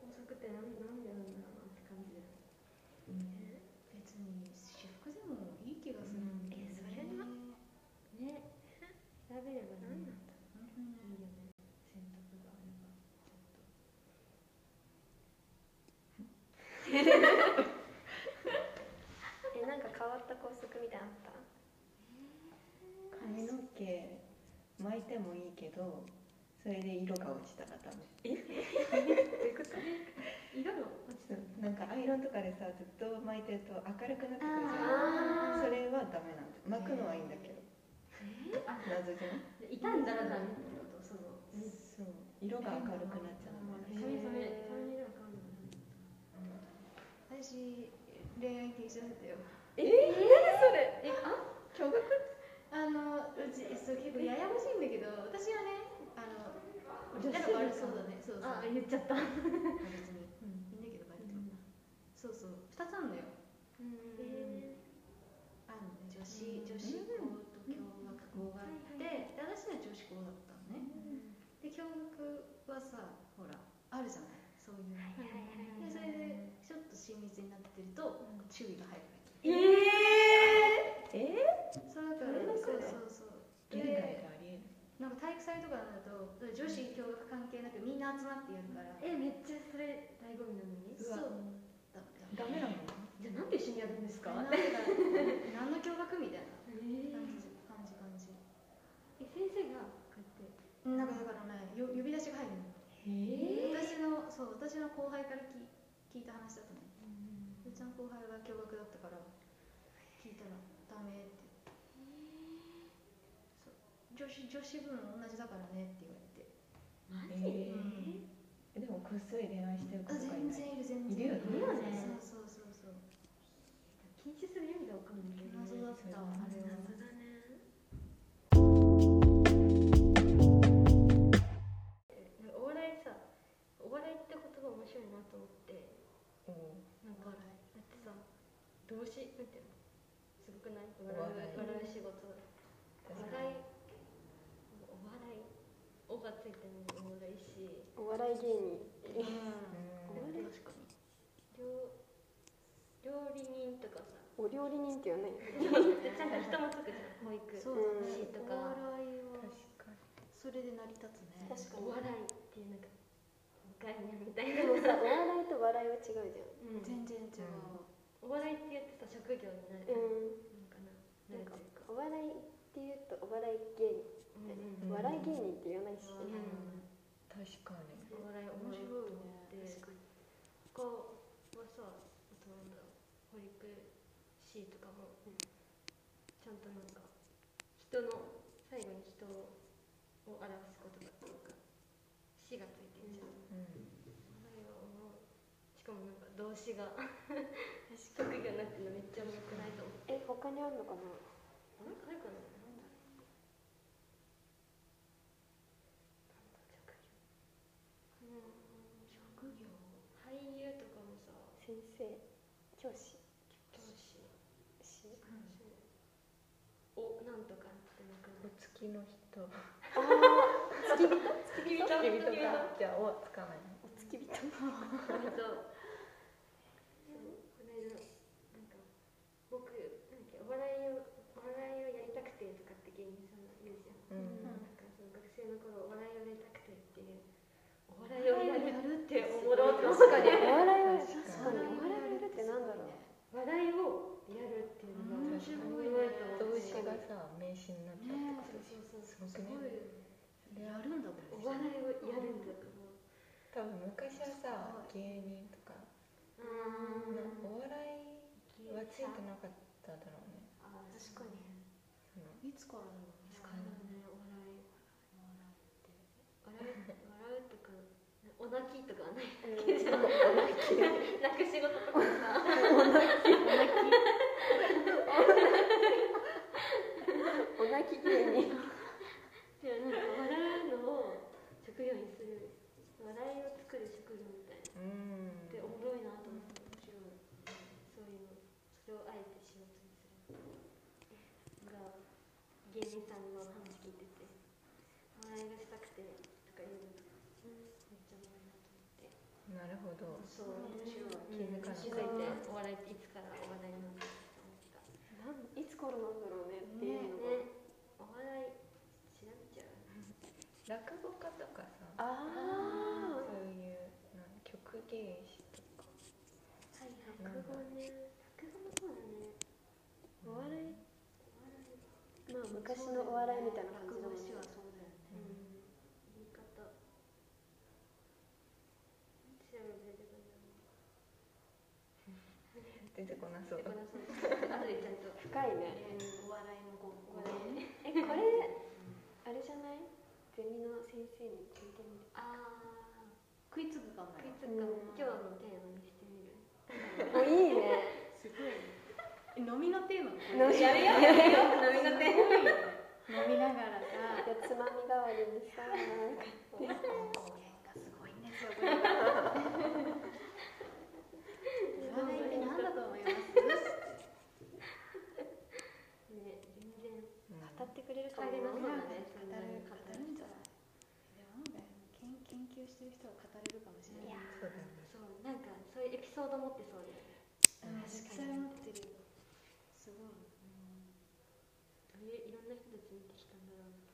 Speaker 2: 法則ってなんなんでなんだろうなって感じです
Speaker 4: 別に私服でもいい気がする、
Speaker 1: えそれは
Speaker 2: ね調べれば
Speaker 1: な
Speaker 2: ね
Speaker 1: んだ
Speaker 2: いいよね選択があればちょっと
Speaker 1: えなんか変わった校則みたいなのあった
Speaker 3: 髪の毛巻いてもいいけどそれで色が落ちたらダメ
Speaker 1: どういうこと
Speaker 2: 色が落ちた
Speaker 3: なんかアイロンとかでさずっと巻いてると明るくなってくる
Speaker 1: あ
Speaker 3: じゃんそれはダメなんだ巻くのはいいんだけど
Speaker 2: あ
Speaker 3: 謎じゃん
Speaker 2: 傷んだらダメってことその
Speaker 3: そう色が明るくなっちゃうんだよね
Speaker 2: 髪染め髪色が変わるのね
Speaker 4: 私恋愛禁止だったよ
Speaker 1: え何それ
Speaker 4: えあ
Speaker 3: 驚愕
Speaker 4: あのうちえそう結構ややこしいんだけど私はねあの
Speaker 2: 女子
Speaker 4: 誰も悪そうだねそう
Speaker 2: あ
Speaker 4: そう
Speaker 2: 言っちゃった
Speaker 4: 別にいいんだけどバレてもそうそう二つあんのよ
Speaker 1: え
Speaker 4: あのね女子女子校と共学校があってで私は女子校だったのねで共学はさほらあるじゃないそういうのでそれでちょっと親密になってると注意が入るわけ
Speaker 2: ええ
Speaker 3: え
Speaker 4: そうだからそうそうそう
Speaker 3: ー、現代であり
Speaker 4: なんか体育祭とかだと女子共学関係なくみんな集まってやるから
Speaker 2: えめっちゃそれ醍醐味なのに
Speaker 3: うわ
Speaker 4: そうだっ
Speaker 3: え
Speaker 4: た
Speaker 3: ダメなの
Speaker 2: じゃあなんで一緒にやるんですか
Speaker 4: なんか [LAUGHS] 何の驚愕みたいな
Speaker 2: えー
Speaker 4: 感じ感じ感じ
Speaker 2: え先生がこうやって
Speaker 4: なんかだからねよ呼び出しが入るの
Speaker 2: え
Speaker 4: 私のそう私の後輩からき聞いた話だとねうちの後輩は驚愕だったから聞いたらダメってそう女子女子部も同じだからねって言われて
Speaker 2: マ
Speaker 3: え
Speaker 2: ジ
Speaker 4: うん
Speaker 3: ー、でもこっそり恋愛してる子
Speaker 4: あ
Speaker 3: とかい
Speaker 4: 全
Speaker 3: ない
Speaker 4: 然いる全
Speaker 3: いるよ
Speaker 4: 然
Speaker 3: ね
Speaker 4: そうそうそうそう
Speaker 2: 禁止する意味がわかんないけど
Speaker 4: 謎だったわあ
Speaker 1: 謎
Speaker 4: れは
Speaker 1: だね
Speaker 2: なんかお笑いさお笑いって言葉面白いなと思って
Speaker 3: うん
Speaker 2: なんかだってさ動詞なんていうのすごくない笑
Speaker 3: お
Speaker 2: う
Speaker 3: 笑い
Speaker 2: 笑う仕事お
Speaker 3: 確
Speaker 2: 笑
Speaker 3: か
Speaker 2: いお笑い「お」がついてるのもお笑いし
Speaker 1: お笑い芸人
Speaker 3: に
Speaker 1: お笑い
Speaker 2: 料料理人とかさ
Speaker 1: お料理人って言わないよ
Speaker 2: なんか人もつくじゃん保育
Speaker 4: そう
Speaker 1: うん
Speaker 4: だね
Speaker 2: しとか
Speaker 4: お笑いは
Speaker 3: うん確か
Speaker 4: それで成り立つね
Speaker 1: 確か
Speaker 2: お笑いっていうなんか概念みたい
Speaker 1: に
Speaker 2: な、
Speaker 1: でもさお笑いと笑いは違うじゃん
Speaker 2: うん、
Speaker 4: 全然違う、
Speaker 2: お笑いって言ってさ職業になる、な
Speaker 1: うなん
Speaker 2: んかななんる
Speaker 1: か
Speaker 2: というか
Speaker 1: お笑いって言うとお笑い芸
Speaker 2: うんうん
Speaker 1: 人笑い芸人って言わないし
Speaker 2: うん
Speaker 3: に確かに
Speaker 2: お笑い面
Speaker 4: 面
Speaker 2: 白い
Speaker 4: 白い
Speaker 2: で
Speaker 4: ね確か
Speaker 2: 他
Speaker 4: に
Speaker 2: はさあとなんだろう保育士とかも、ちゃんとなんか人の最後に人を表す言葉っていうか「死」がついてるじゃん、
Speaker 3: うん
Speaker 2: あれは思うしかもなんか動詞が [LAUGHS] 職業になってるのめっちゃ面白くないと思う
Speaker 1: え他にあんのかな
Speaker 2: なんかあるかななんだろうなんだろう職業うん職業俳優とかもさ
Speaker 1: 先生教師
Speaker 2: 教師
Speaker 1: 師
Speaker 2: おなんとかってなくない
Speaker 3: お月の
Speaker 1: あ
Speaker 3: 人
Speaker 1: あ付き人付き
Speaker 2: き人とか
Speaker 3: じゃあおつかない
Speaker 1: お付き人
Speaker 2: あと、そうこの間、なんか、僕、なんだっけ、お笑いを、お笑いをやりたくてとかって芸人さんが言うじゃん。
Speaker 3: うん
Speaker 2: なんか、その学生の頃、お笑いをやりたくてっていう。お笑いをやるって思ろうと思っ
Speaker 1: お
Speaker 2: た
Speaker 1: 笑いをやる
Speaker 3: 確
Speaker 1: 確か
Speaker 3: か
Speaker 1: に
Speaker 3: に
Speaker 1: お笑いをやるってなんだろう
Speaker 2: 笑いをやるっていうのが、
Speaker 3: 面
Speaker 2: すご
Speaker 3: 白
Speaker 2: いと思
Speaker 3: 動
Speaker 2: う
Speaker 3: 詞がさ名詞になったってことでしょすごくね
Speaker 4: やるんだって
Speaker 2: お笑いをやるんだと思う。
Speaker 3: 多分昔はさ芸人とか
Speaker 2: う
Speaker 3: お笑いはついてなかっただろうね
Speaker 2: あー、確かに。
Speaker 3: その
Speaker 4: いつからだろうね
Speaker 2: 使えないね、お笑い。笑う笑うとか、お泣きとかはない。泣く仕事とかさ。
Speaker 1: お泣き芸人
Speaker 2: でもなんか笑うのを職業にする。笑いを作る職業みたいな。
Speaker 3: うん
Speaker 2: で、おもろいなと思って、面白い。そういうの、それをあえて仕事にする。が、芸人さんの話聞いてて、笑いがしたくてとか言うのとか、めっちゃおもろいなと思って。
Speaker 3: なるほど
Speaker 2: そう、私は
Speaker 3: 気づかなか
Speaker 2: 気づいて
Speaker 3: っ
Speaker 2: お笑いっていつからお笑いなんだって思った
Speaker 1: なんいつからなんだろうねっていうのが、
Speaker 2: ねお笑い調べちゃう
Speaker 3: た落語家とかさ
Speaker 1: ああ
Speaker 3: そういうなん曲芸師とか
Speaker 2: はい落語ね落語もそうだね
Speaker 1: お笑いま
Speaker 2: お笑い
Speaker 1: あ昔のお笑いみたいな感じだもんね
Speaker 2: 落語師はそうだよね、うん、言い方調べてくる
Speaker 3: 出てこなそう
Speaker 2: だからその後でちゃんと
Speaker 1: 深いね
Speaker 2: お笑いの語お笑いね
Speaker 1: えこれあれじゃないゼミの先生に聞いてみる
Speaker 2: ああ
Speaker 4: 食いつくかも
Speaker 2: い
Speaker 4: よ
Speaker 2: つか今日のテーマにしてみる
Speaker 1: おいいね
Speaker 4: すごいねえ飲みのテーマ
Speaker 1: 飲みやるよやるよ
Speaker 4: 飲みのテーマ飲みながらさ
Speaker 1: つまみ代わりにさ
Speaker 4: がすごいねそこにお笑いって何だと思いま
Speaker 2: ね
Speaker 4: す
Speaker 2: 全然
Speaker 1: 語ってくれるか
Speaker 2: 帰
Speaker 1: も
Speaker 2: れな
Speaker 1: な
Speaker 2: そうだね
Speaker 4: 語る語るんじゃないでも案外研研究してる人は語れるかもしれな
Speaker 2: いや
Speaker 4: い
Speaker 2: ー
Speaker 3: そうだ
Speaker 2: そう
Speaker 3: ね
Speaker 2: なんかそういうエピソード持ってそうだよね確
Speaker 4: うん実
Speaker 2: か
Speaker 4: 際
Speaker 2: に
Speaker 4: 持ってるすごい
Speaker 2: どういういろんな人たち見てきたんだろうなっ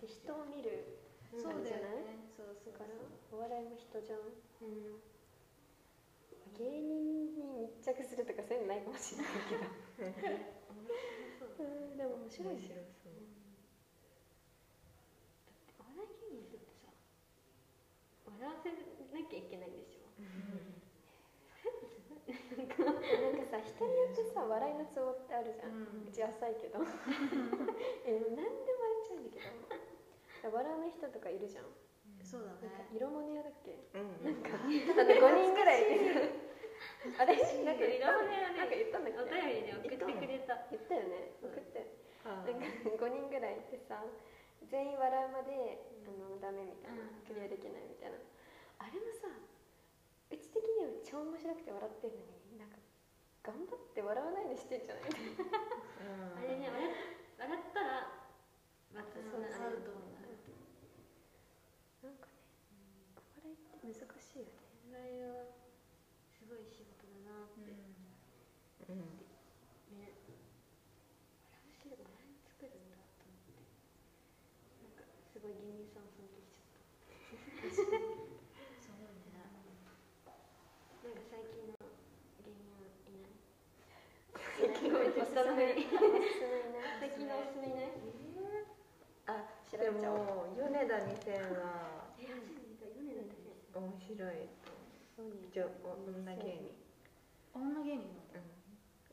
Speaker 2: て
Speaker 1: で人を見る
Speaker 4: そうだよ
Speaker 1: ね
Speaker 4: ねそうそ
Speaker 1: だ
Speaker 4: う
Speaker 1: からお笑いも人じゃん
Speaker 2: うん
Speaker 1: 芸人に密着するとかそういうのないかもしれないけど
Speaker 2: そ
Speaker 1: う
Speaker 2: う
Speaker 1: んでも面白い
Speaker 3: 面
Speaker 1: し
Speaker 3: 白そう
Speaker 2: お笑い芸人の人ってさ笑わせなきゃいけないんでしょ
Speaker 1: なんかさ人によってさ笑いのツボってあるじゃん、うち浅いけ [LAUGHS] どえでも何でもあっちゃうんだけど笑わない人とかいるじゃん
Speaker 4: そうだ
Speaker 1: なんか
Speaker 4: ね
Speaker 1: 色物屋だっけ
Speaker 3: うんう
Speaker 1: あ
Speaker 3: ん
Speaker 1: と5人ぐらいで [LAUGHS] あれなんか言った
Speaker 2: 色物屋ね
Speaker 1: なんか言ったんだ [LAUGHS]
Speaker 2: お
Speaker 1: っけ
Speaker 2: 便りで送ってくれた
Speaker 1: 言ったよね送って
Speaker 3: あ
Speaker 1: なんか5人 [LAUGHS] ぐらいいてさ全員笑うまで、あのダメみたいな、
Speaker 2: うん
Speaker 1: クリアできないみたいなあれもさうち的には超面白くて笑ってるのになんか頑張って笑わないでしてんじゃない
Speaker 2: あれね笑笑ったらまた
Speaker 1: そうそう
Speaker 2: あると思う
Speaker 1: なんかねお笑いって難しいよね
Speaker 2: お笑いはすごい仕事だなって、
Speaker 3: うん
Speaker 2: ね私笑い作るんだと思ってなんかすごい芸人さんを尊敬しちゃった
Speaker 4: すごいね
Speaker 2: なんか最近の芸人はいない最近のおすすめいない
Speaker 1: おすすめいない
Speaker 2: 最近のおすすめいない
Speaker 1: あ調
Speaker 3: で
Speaker 1: べちゃおう
Speaker 3: も米田二世は
Speaker 2: え初めて見た米田大輔
Speaker 3: 面白い
Speaker 1: そうね
Speaker 3: 一応女芸人
Speaker 4: 女芸人なんだ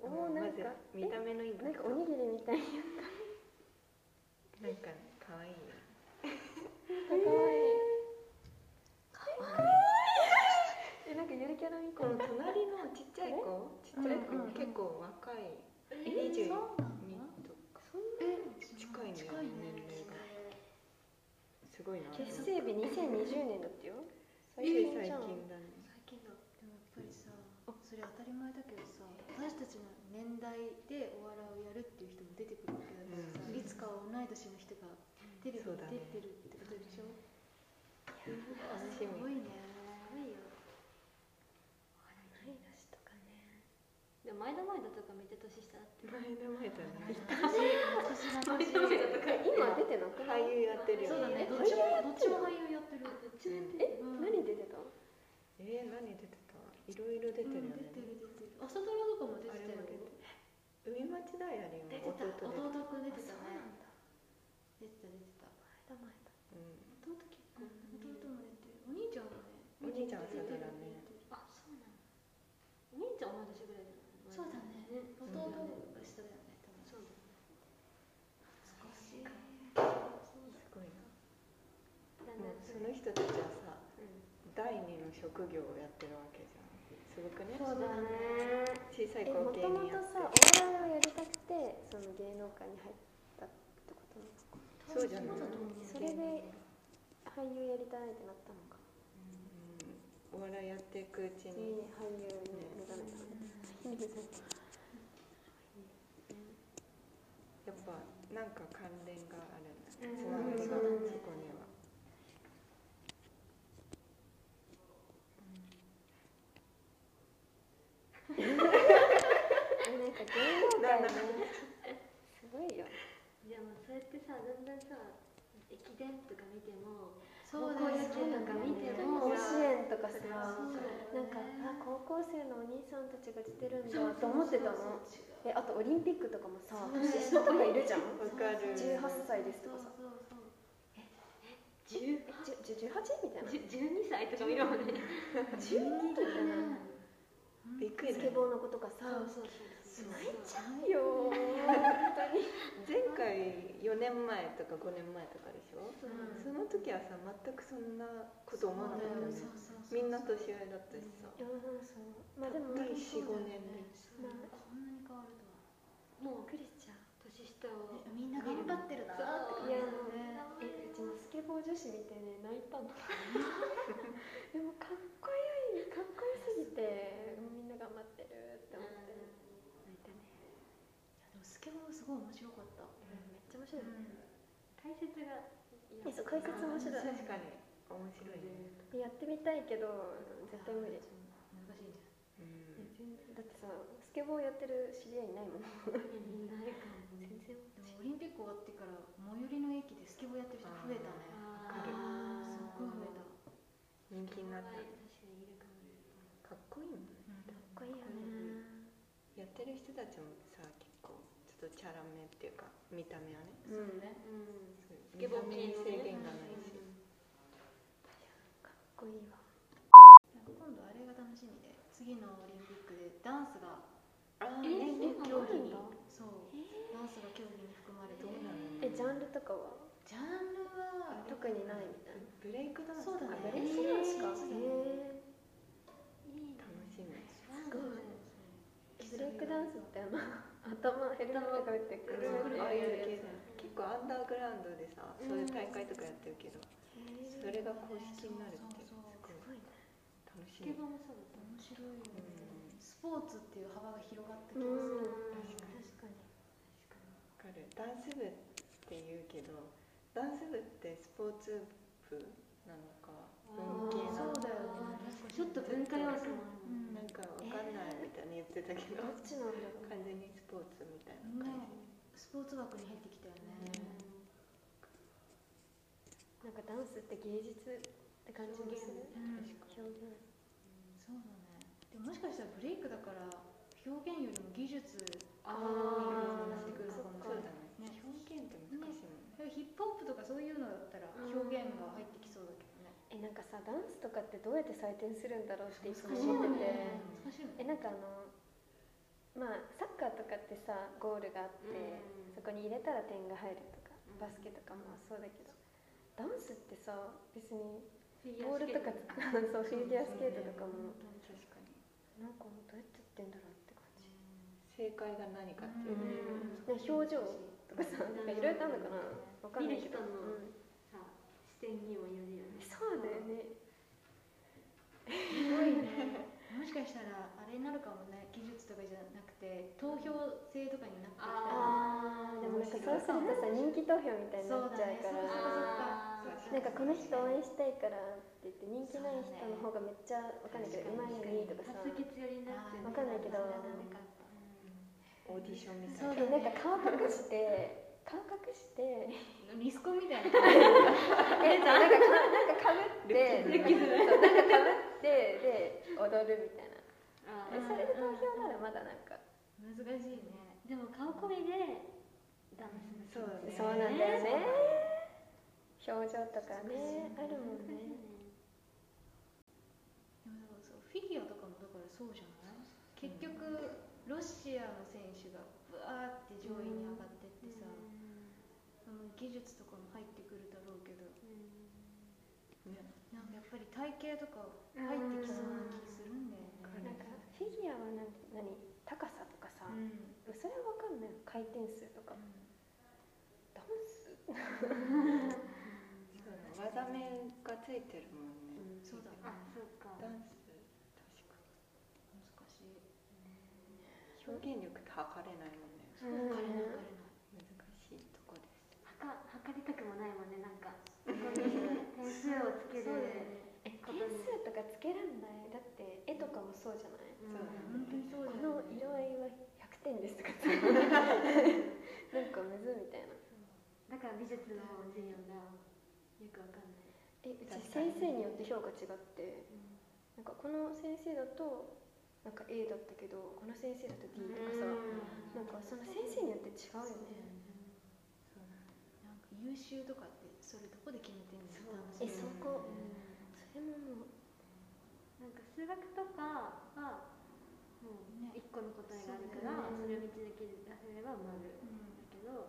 Speaker 1: お
Speaker 3: う
Speaker 1: お
Speaker 3: ん
Speaker 1: なん
Speaker 3: まず
Speaker 1: か
Speaker 3: 見た目のいい
Speaker 1: えなんかおにぎりみたいな
Speaker 3: なんか可愛い
Speaker 1: かわいいえなんかゆるキャラみた
Speaker 3: こ
Speaker 1: い
Speaker 3: の
Speaker 1: な
Speaker 3: 隣のちっちゃい子ちっちゃい子結構若い
Speaker 4: え
Speaker 3: 22
Speaker 4: そうな
Speaker 3: とか
Speaker 4: の
Speaker 3: 近いね
Speaker 4: 近いね
Speaker 3: 年齢がすごいな
Speaker 1: 結成日2020年だってよ
Speaker 3: 最
Speaker 1: 最
Speaker 3: 近
Speaker 1: 近じゃ
Speaker 3: 最
Speaker 1: ん
Speaker 3: 近だね
Speaker 2: 最近の
Speaker 4: でもやっぱりさそれ当たり前だけどさ私たちの年代でお笑いをやるっていう人も出てくるわけだからさ、
Speaker 3: うん
Speaker 4: いつかは同い年の人がテレビに出てるってことでしょ、
Speaker 1: 楽しみ
Speaker 4: ごいね
Speaker 1: ないなしとかね
Speaker 2: でも前田前田とかめっちゃ年下だって
Speaker 3: 前の前だね
Speaker 4: 今
Speaker 2: 前田前田とか
Speaker 1: 今出てなくない
Speaker 3: 俳優やってるよ
Speaker 4: そうだね
Speaker 1: え
Speaker 4: どっちもどっちも俳優やってる
Speaker 1: え何出てた
Speaker 3: えー、何出てたいろいろ出てるよね、
Speaker 4: 朝ドラとかも出て
Speaker 3: あれ
Speaker 4: た
Speaker 3: も
Speaker 4: よ
Speaker 3: 出て海町ダイアリーも弟
Speaker 4: 弟
Speaker 3: 出てた、うん、
Speaker 1: そうなんだ
Speaker 4: くん出てたね出てた出てた
Speaker 1: 名前だ
Speaker 4: 弟結構弟も出てるお兄ちゃんもね
Speaker 3: お兄ちゃんは朝ドラね
Speaker 2: あそうなのお兄ちゃん同じぐらいだよね
Speaker 4: そうだね弟
Speaker 3: ん
Speaker 4: が下だよね多
Speaker 2: そ
Speaker 4: 分
Speaker 2: うだね
Speaker 4: 懐かしい
Speaker 3: すごいな
Speaker 2: だ
Speaker 3: も
Speaker 2: ね
Speaker 3: うその人たちはさ
Speaker 2: う
Speaker 3: 第二の職業をやってるわけじゃんすごくね
Speaker 2: んそうだね
Speaker 3: 小さい
Speaker 1: えもと
Speaker 3: 子系
Speaker 1: も
Speaker 3: に
Speaker 1: と
Speaker 3: やっ
Speaker 1: さ
Speaker 3: てる
Speaker 1: お笑いをやりたくてその芸能界に入ったってことなの
Speaker 3: そうじゃない
Speaker 4: そうだと思う
Speaker 1: それで俳優やりたいってなったのか
Speaker 3: うん、お笑いやっていくうち
Speaker 1: 普通
Speaker 3: に、
Speaker 1: に俳優に目覚めたのね
Speaker 3: やっぱなんか関連があるんだ
Speaker 1: う
Speaker 3: ね
Speaker 1: ん
Speaker 3: つなが
Speaker 1: う
Speaker 3: りが
Speaker 1: ん
Speaker 3: そこには。
Speaker 1: なんか芸能界ねすごいよ
Speaker 2: でもそうやってさだんだんさ駅伝とか見ても
Speaker 4: そうだ
Speaker 2: 高校野
Speaker 4: ね
Speaker 2: 球なんか見ても
Speaker 1: 甲子園とかさ
Speaker 4: そうだよね
Speaker 1: なんかあ高校生のお兄さんたちが出てるんだと思ってたのえあとオリンピックとかもさ年下とかいるじゃん
Speaker 3: わかる。
Speaker 1: 18歳ですとかさ
Speaker 4: そうそうそう
Speaker 1: え
Speaker 2: 10
Speaker 1: じゅじゅ 18? みたいな
Speaker 2: じゅ12歳とか見るもんね
Speaker 1: 12みたいな
Speaker 3: びっくり
Speaker 1: スケ
Speaker 3: だね。
Speaker 1: ボーの子とかさ
Speaker 2: そうそうそう泣いちゃ
Speaker 1: いいよ本当に
Speaker 3: 前回4年前とか5年前とかでしょ。
Speaker 4: そう
Speaker 3: その時はさ全くそんなこと思わなかったよね。みんな年上だったしさ。
Speaker 1: いやそうまあでも
Speaker 3: 第
Speaker 1: びっ
Speaker 3: 四五年で。
Speaker 1: まあ
Speaker 4: こんなに変わるとは
Speaker 2: もう
Speaker 1: くりしちゃう
Speaker 2: 年下を
Speaker 4: みんな頑張ってるなって
Speaker 1: いや
Speaker 4: 感じだ
Speaker 1: えう
Speaker 4: ね
Speaker 1: ちもスケボー女子見てね泣いたのでもかっこよいかっこよすぎてみんな頑張ってるって思って泣いたね
Speaker 4: でもスケボーすごい面白かった
Speaker 1: めっちゃ面白い
Speaker 2: 解説が
Speaker 1: えそう解説面白い
Speaker 3: 確かに面白いね。
Speaker 1: やってみたいけど絶対無理
Speaker 4: 難しいんじ
Speaker 3: うん
Speaker 4: ゃ
Speaker 1: だってさスケボーやってる知り合いいないもん
Speaker 2: ないかもね
Speaker 4: んでもオリンピック終わってから最寄りの駅でスケボーやってる人増えたね
Speaker 2: あー
Speaker 4: すっごい増えた
Speaker 3: 人気になっ
Speaker 2: 確か。
Speaker 3: た
Speaker 2: にいるかも
Speaker 3: かっこいいもんね。
Speaker 1: かっこいいよね
Speaker 3: やってる人たちもさ結構ちょっとチャラめっていうか見た目はね。
Speaker 1: うんか
Speaker 4: ね
Speaker 2: うん
Speaker 3: そういう
Speaker 2: スケボー
Speaker 3: 見た目に制限がないし。
Speaker 1: っこいいわ
Speaker 4: なんか今度あれが楽しみで次のオリンピックでダンスが
Speaker 3: ああ
Speaker 2: え
Speaker 3: ね。
Speaker 2: そうな
Speaker 4: 競技
Speaker 2: ん
Speaker 4: に
Speaker 2: だ
Speaker 4: そうダンスが競技に含まれて
Speaker 3: どうなの
Speaker 1: えジャンルとかは
Speaker 4: ジャンルは
Speaker 1: 特にないみたいな
Speaker 3: ブレイクダンス
Speaker 4: そうだね
Speaker 3: とか
Speaker 1: え
Speaker 3: ね
Speaker 1: そうなんですか
Speaker 4: そうだね
Speaker 1: え
Speaker 2: いい
Speaker 3: 楽しみ
Speaker 2: なんか
Speaker 1: ブレイクダンスってあの頭ヘルメットかぶってくる
Speaker 3: ああいう系
Speaker 1: や
Speaker 3: だ結構アンダーグラウンドでさそういう大会とかやってるけど
Speaker 1: つへー
Speaker 3: それが公式になるってす
Speaker 4: そうそう
Speaker 1: すご
Speaker 3: ごい
Speaker 1: いね
Speaker 3: 楽し
Speaker 2: スケ
Speaker 3: み
Speaker 2: ボーもそうだった
Speaker 4: 面白いよね
Speaker 3: うん
Speaker 4: スポーツっていう幅が広がった気
Speaker 1: う
Speaker 4: がす
Speaker 1: ん
Speaker 4: る
Speaker 2: 確か
Speaker 1: 確かに
Speaker 3: わかるダンス部って言うけどダンス部ってスポーツ部なのか文系な
Speaker 4: そ
Speaker 3: の
Speaker 4: う
Speaker 3: か
Speaker 4: だよね確かに
Speaker 2: ちょっと文化要素もあるもんね
Speaker 3: なんかわかんないみたいに言ってたけど
Speaker 1: どっちなんだろう
Speaker 3: 完全にスポーツみたい
Speaker 4: みん
Speaker 3: な
Speaker 4: な
Speaker 3: 感
Speaker 4: スポーツ枠に入ってきたよね
Speaker 3: じ
Speaker 1: なんかダンスって芸術って感じがする
Speaker 4: うん
Speaker 1: 表現
Speaker 4: そうだねでももしかしたらブレイクだから表現よりも技術
Speaker 2: ああ
Speaker 4: ーそ
Speaker 3: そ
Speaker 4: うそうう
Speaker 3: だね
Speaker 4: ね
Speaker 3: 表現って難しいもんね
Speaker 4: ヒップホップとかそういうのだったら表現が入ってきそうだけどね
Speaker 1: えなんかさダンスとかってどうやって採点するんだろうっていつも
Speaker 4: 難しい
Speaker 1: 思
Speaker 4: よ
Speaker 1: ってて
Speaker 4: ね難し
Speaker 1: えなんかあの
Speaker 4: いよね
Speaker 1: まあサッカーとかってさゴールがあって、そこに入れたら点が入るとかバスケとかもそうだけどダンスってさ別にボールとか [LAUGHS] そうフィギュアスケートとかも
Speaker 3: 確かに
Speaker 1: なんかもうどうやってやってんだろうって感じ、
Speaker 3: 正解が何かっていううね
Speaker 1: ん、なんか表情とかさなんかいろいろあるのかなわかんないけど、
Speaker 2: 見る人の
Speaker 1: うん
Speaker 2: さ視点にもよるよね
Speaker 1: そうだよね。
Speaker 4: すごいねもしかしたらあれになるかもね技術とかじゃなくて投票制とかになってきたら
Speaker 2: あ
Speaker 1: あーでもなんかそうするとさ人気投票みたいになっちゃうから
Speaker 4: そうだ
Speaker 1: なん
Speaker 4: ねそ
Speaker 1: かこの人応援したいからって言って人気ない人の方がめっちゃわかんないけどうまいのにとかさ
Speaker 2: 発血寄りになって
Speaker 1: わかんないけど
Speaker 3: オーディションみたい
Speaker 1: な
Speaker 3: なん
Speaker 1: か顔隠して顔隠して
Speaker 5: ミスコンみたいな
Speaker 1: えなんかかぶって
Speaker 3: ルッ
Speaker 1: そうなんかかぶってで踊るみたいな
Speaker 2: あ
Speaker 1: えそれで投票ならまだなんか
Speaker 5: 難しいね
Speaker 2: でも顔込みでダンス
Speaker 3: そうだね
Speaker 1: そうなんだよね表情とかねあるもんね
Speaker 4: でもだからそうフィギュアとかもだからそうじゃない結局ロシアの選手がブワーって上位に上がってってさ、うん技術とかも入ってくるだろうけどなんかやっぱり体型とか入ってきそうな気するんだよね
Speaker 1: なんかフィギュアはなん何高さとかさ、
Speaker 4: うん
Speaker 1: それはわかんないの回転数とか、ダンス
Speaker 3: そうだ技名がついてるもんね、
Speaker 4: そうだね
Speaker 2: あそうか
Speaker 3: ダンス
Speaker 4: 難しい
Speaker 3: 確かに表現力って測れないもんね
Speaker 1: うん
Speaker 4: 彼の彼の
Speaker 3: 難しいとこです
Speaker 2: はか測りたくもないもんねなんかそこに点数をつける
Speaker 4: そうだよね
Speaker 1: え点数とかつけらんないだって絵とかもそうじゃない、
Speaker 2: うん
Speaker 3: そうだね
Speaker 4: 本当にそう
Speaker 1: こ
Speaker 4: だ
Speaker 1: の
Speaker 4: よね
Speaker 1: 色合いは100点 [LAUGHS] ですとかさなんかむずみたいな
Speaker 2: だから美術の授業がよくわかんない
Speaker 1: えうち先生によって評価違って、なんかこの先生だとなんか A だったけどこの先生だと D とかさ、なんかその先生によって違うよね、
Speaker 4: なんか優秀とかってそれどこで決めてんの
Speaker 3: そう
Speaker 1: えそこ、それももう
Speaker 2: なんか数学とかはもう一個の答えがあるからそ,、れを導き出せれば丸だけど、なん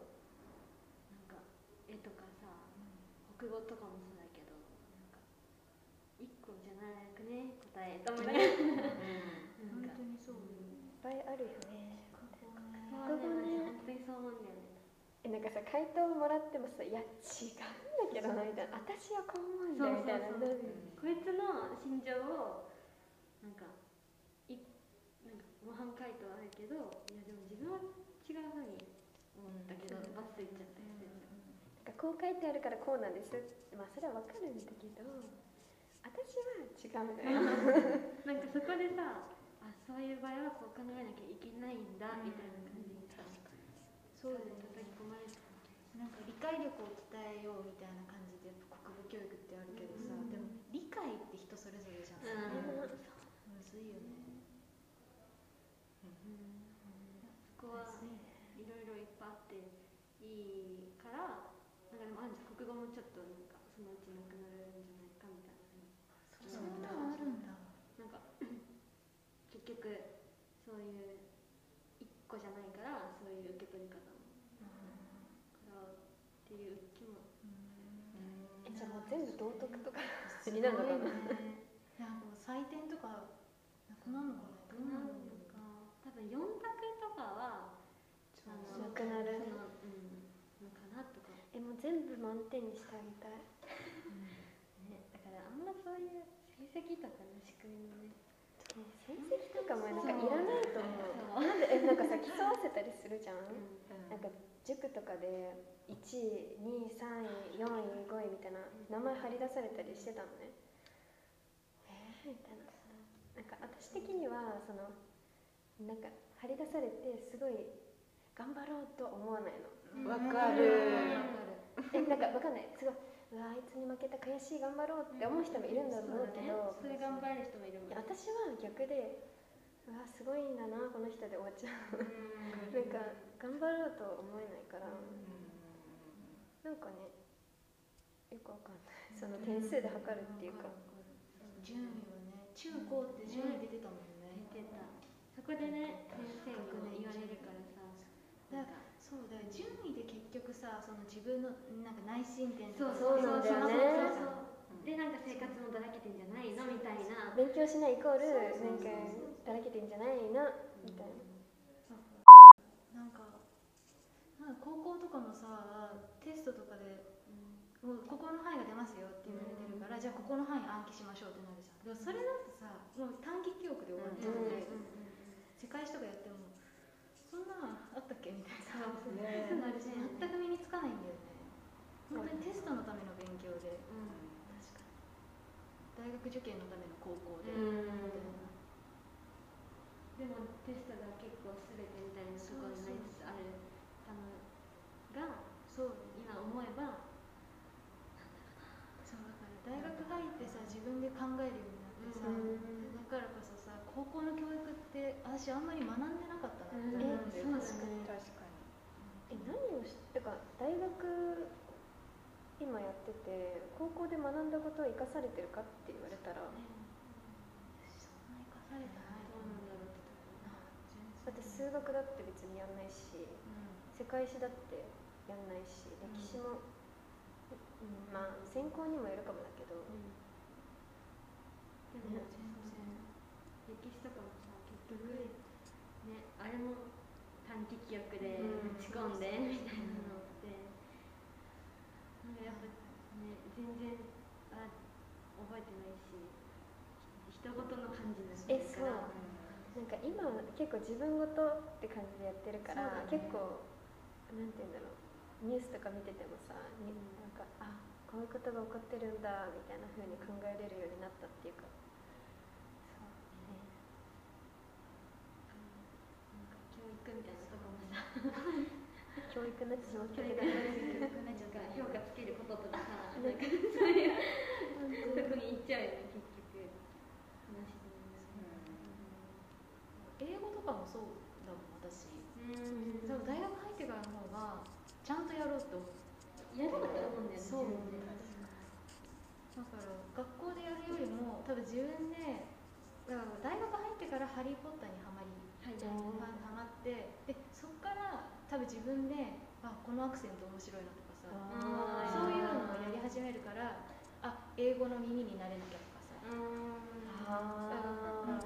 Speaker 2: か絵とかさ、国語とかもそうだけどなんか一個じゃなくね答えと思って
Speaker 4: 本
Speaker 2: なんか
Speaker 4: 当にそう
Speaker 1: いっぱいあるよね
Speaker 2: そうなんだよね本当にそう思うんだよね
Speaker 1: えなんかさ回答をもらってもさ「いや違うんだけどな」みたいな「私はこう思うんだ」みたいな
Speaker 2: そうそうそ
Speaker 1: な
Speaker 2: う
Speaker 1: る
Speaker 2: こいつの心情をなんかいなんか模範解答あるけどいやでも自分は違うふうに思ったけど、バスいっちゃったりしてる
Speaker 1: なんかこう書いてあるからこうなんですまあそれはわかるんだけど私は違うんだよ
Speaker 2: なんかそこでさあそういう場合はこう考えなきゃいけないんだ、みたいな感じにさ
Speaker 4: そうだよ
Speaker 2: 叩
Speaker 4: ね
Speaker 2: き込まれてた
Speaker 5: なんか理解力を伝えようみたいな感じでやっぱ国語教育ってあるけどさ、でも理解って人それぞれじゃん、
Speaker 2: うん、
Speaker 5: むずいよね
Speaker 2: そこはいろいろいっぱいあっていいからなんかでもあんじゃん国語もちょっとなんかそのうちなくなるんじゃないかみたいな
Speaker 5: そんなのあるんだ
Speaker 2: なんか結局そういう一個じゃないからそういう受け取り方もからっていう気も
Speaker 1: えじゃあもう全部道徳とか
Speaker 5: すごい
Speaker 1: に
Speaker 5: ね
Speaker 1: なるのか
Speaker 5: なん
Speaker 1: な
Speaker 5: かもう採点とかなくなるのかなどうな
Speaker 2: なん
Speaker 5: るの
Speaker 2: か多分四択とかはあ
Speaker 1: な
Speaker 2: の
Speaker 1: くなる
Speaker 2: そのうんのかなとか
Speaker 1: えもう全部満点にしてあげたい
Speaker 2: ねだからあんまそういう成績とかの仕組みもね
Speaker 1: ね成績とかもなんかいらないと思うなんでえなんかさ競わせたりするじゃん、なんか塾とかで1位2位3位4位5位みたいな名前張り出されたりしてたのねえー、みたいななんか私的にはそのなんか張り出されてすごい頑張ろうとは思わないの
Speaker 3: わかる
Speaker 1: えなんかわかんないすごいうわあいつに負けた悔しい頑張ろうって思う人もいるんだろうけど、
Speaker 2: それ頑張る人もいるも
Speaker 1: い
Speaker 2: ん
Speaker 1: や私は逆でうわすごいんだなこの人で終わっちゃうなんか頑張ろうとは思えないから、なんかねよくわかんないその点数で測るっていうか、
Speaker 5: 順位はね中高って順位出てたもんね
Speaker 2: 見てたそこでね先生が言われるからさ
Speaker 5: だからそうだよ順位で結局さその自分のなんか内申点とか
Speaker 1: そうなんだよね
Speaker 2: そうそうでなんか生活もだらけてんじゃないのみたいな
Speaker 1: 勉強しないイコールなんかだらけてんじゃないなみたいな
Speaker 5: なんかなんか高校とかもさテストとかで、もうここの範囲が出ますよって言われてるから、じゃあここの範囲暗記しましょうってなるじゃんでもそれだとさもう短期記憶で終わっちゃうので、世界史とかやってもそんなのあったっけみたいなな
Speaker 3: ね
Speaker 5: るし全く身につかないんだよね
Speaker 4: 本当にテストのための勉強で確かに大学受験のための高校で、
Speaker 2: でもテストが結構すべてみたいなところになりつつあるあのがそう今思えば
Speaker 4: そうだから大学入ってさ自分で考えるようになってさ、だからこそさ高校の教育って私あんまり学んでなかったなって思うん
Speaker 1: うんえ
Speaker 4: だよね
Speaker 1: そう
Speaker 3: 確か
Speaker 1: え何をしてか大学今やってて高校で学んだことは生かされてるかって言われたらだ
Speaker 4: そんな生かされてないと
Speaker 2: どう
Speaker 4: 思
Speaker 2: な
Speaker 4: うん
Speaker 2: だ
Speaker 4: んだ
Speaker 2: ろ
Speaker 4: ろう
Speaker 2: うってところ
Speaker 1: って数学だって別にやんないし
Speaker 4: う
Speaker 1: 世界史だってやんないし歴史も、うんまあ専攻にもよるかもだけど、
Speaker 2: でも全然歴史とかもさ結局ねあれも短期記憶で
Speaker 1: うん
Speaker 2: 打ち込んでみたいなのってなんかやっぱね全然あ覚えてないしひ人事の感じになっ
Speaker 1: え
Speaker 2: てるから
Speaker 1: そうなんか今は結構自分ごとって感じでやってるから、結構なんて言うんだろうニュースとか見ててもさ、になんかあこういうことが起こってるんだみたいな風に考えれるようになったっていうかそうね
Speaker 2: なんか教育みたいなとこもさ
Speaker 1: 教育になってしまった
Speaker 2: 教
Speaker 1: け
Speaker 2: 育
Speaker 1: ど
Speaker 2: がなんか評価つけることとかさなんかそういうとこに行っちゃうよね結局話してみる
Speaker 3: に
Speaker 4: 英語とかもそうだもん私
Speaker 2: うん
Speaker 4: でも大学入ってからの方がちゃんとやろうと思う
Speaker 2: やりたかったと思うんだよね
Speaker 4: そう
Speaker 2: 自分で
Speaker 4: だから学校でやるよりも多分自分でだから大学入ってから「ハリー・ポッター」にはまり
Speaker 2: はい
Speaker 4: はまってでそっから多分自分であこのアクセント面白いなとかさ
Speaker 2: あー
Speaker 4: そういうのをやり始めるからあ英語の耳になれなきゃとかさ
Speaker 2: う
Speaker 4: あなんか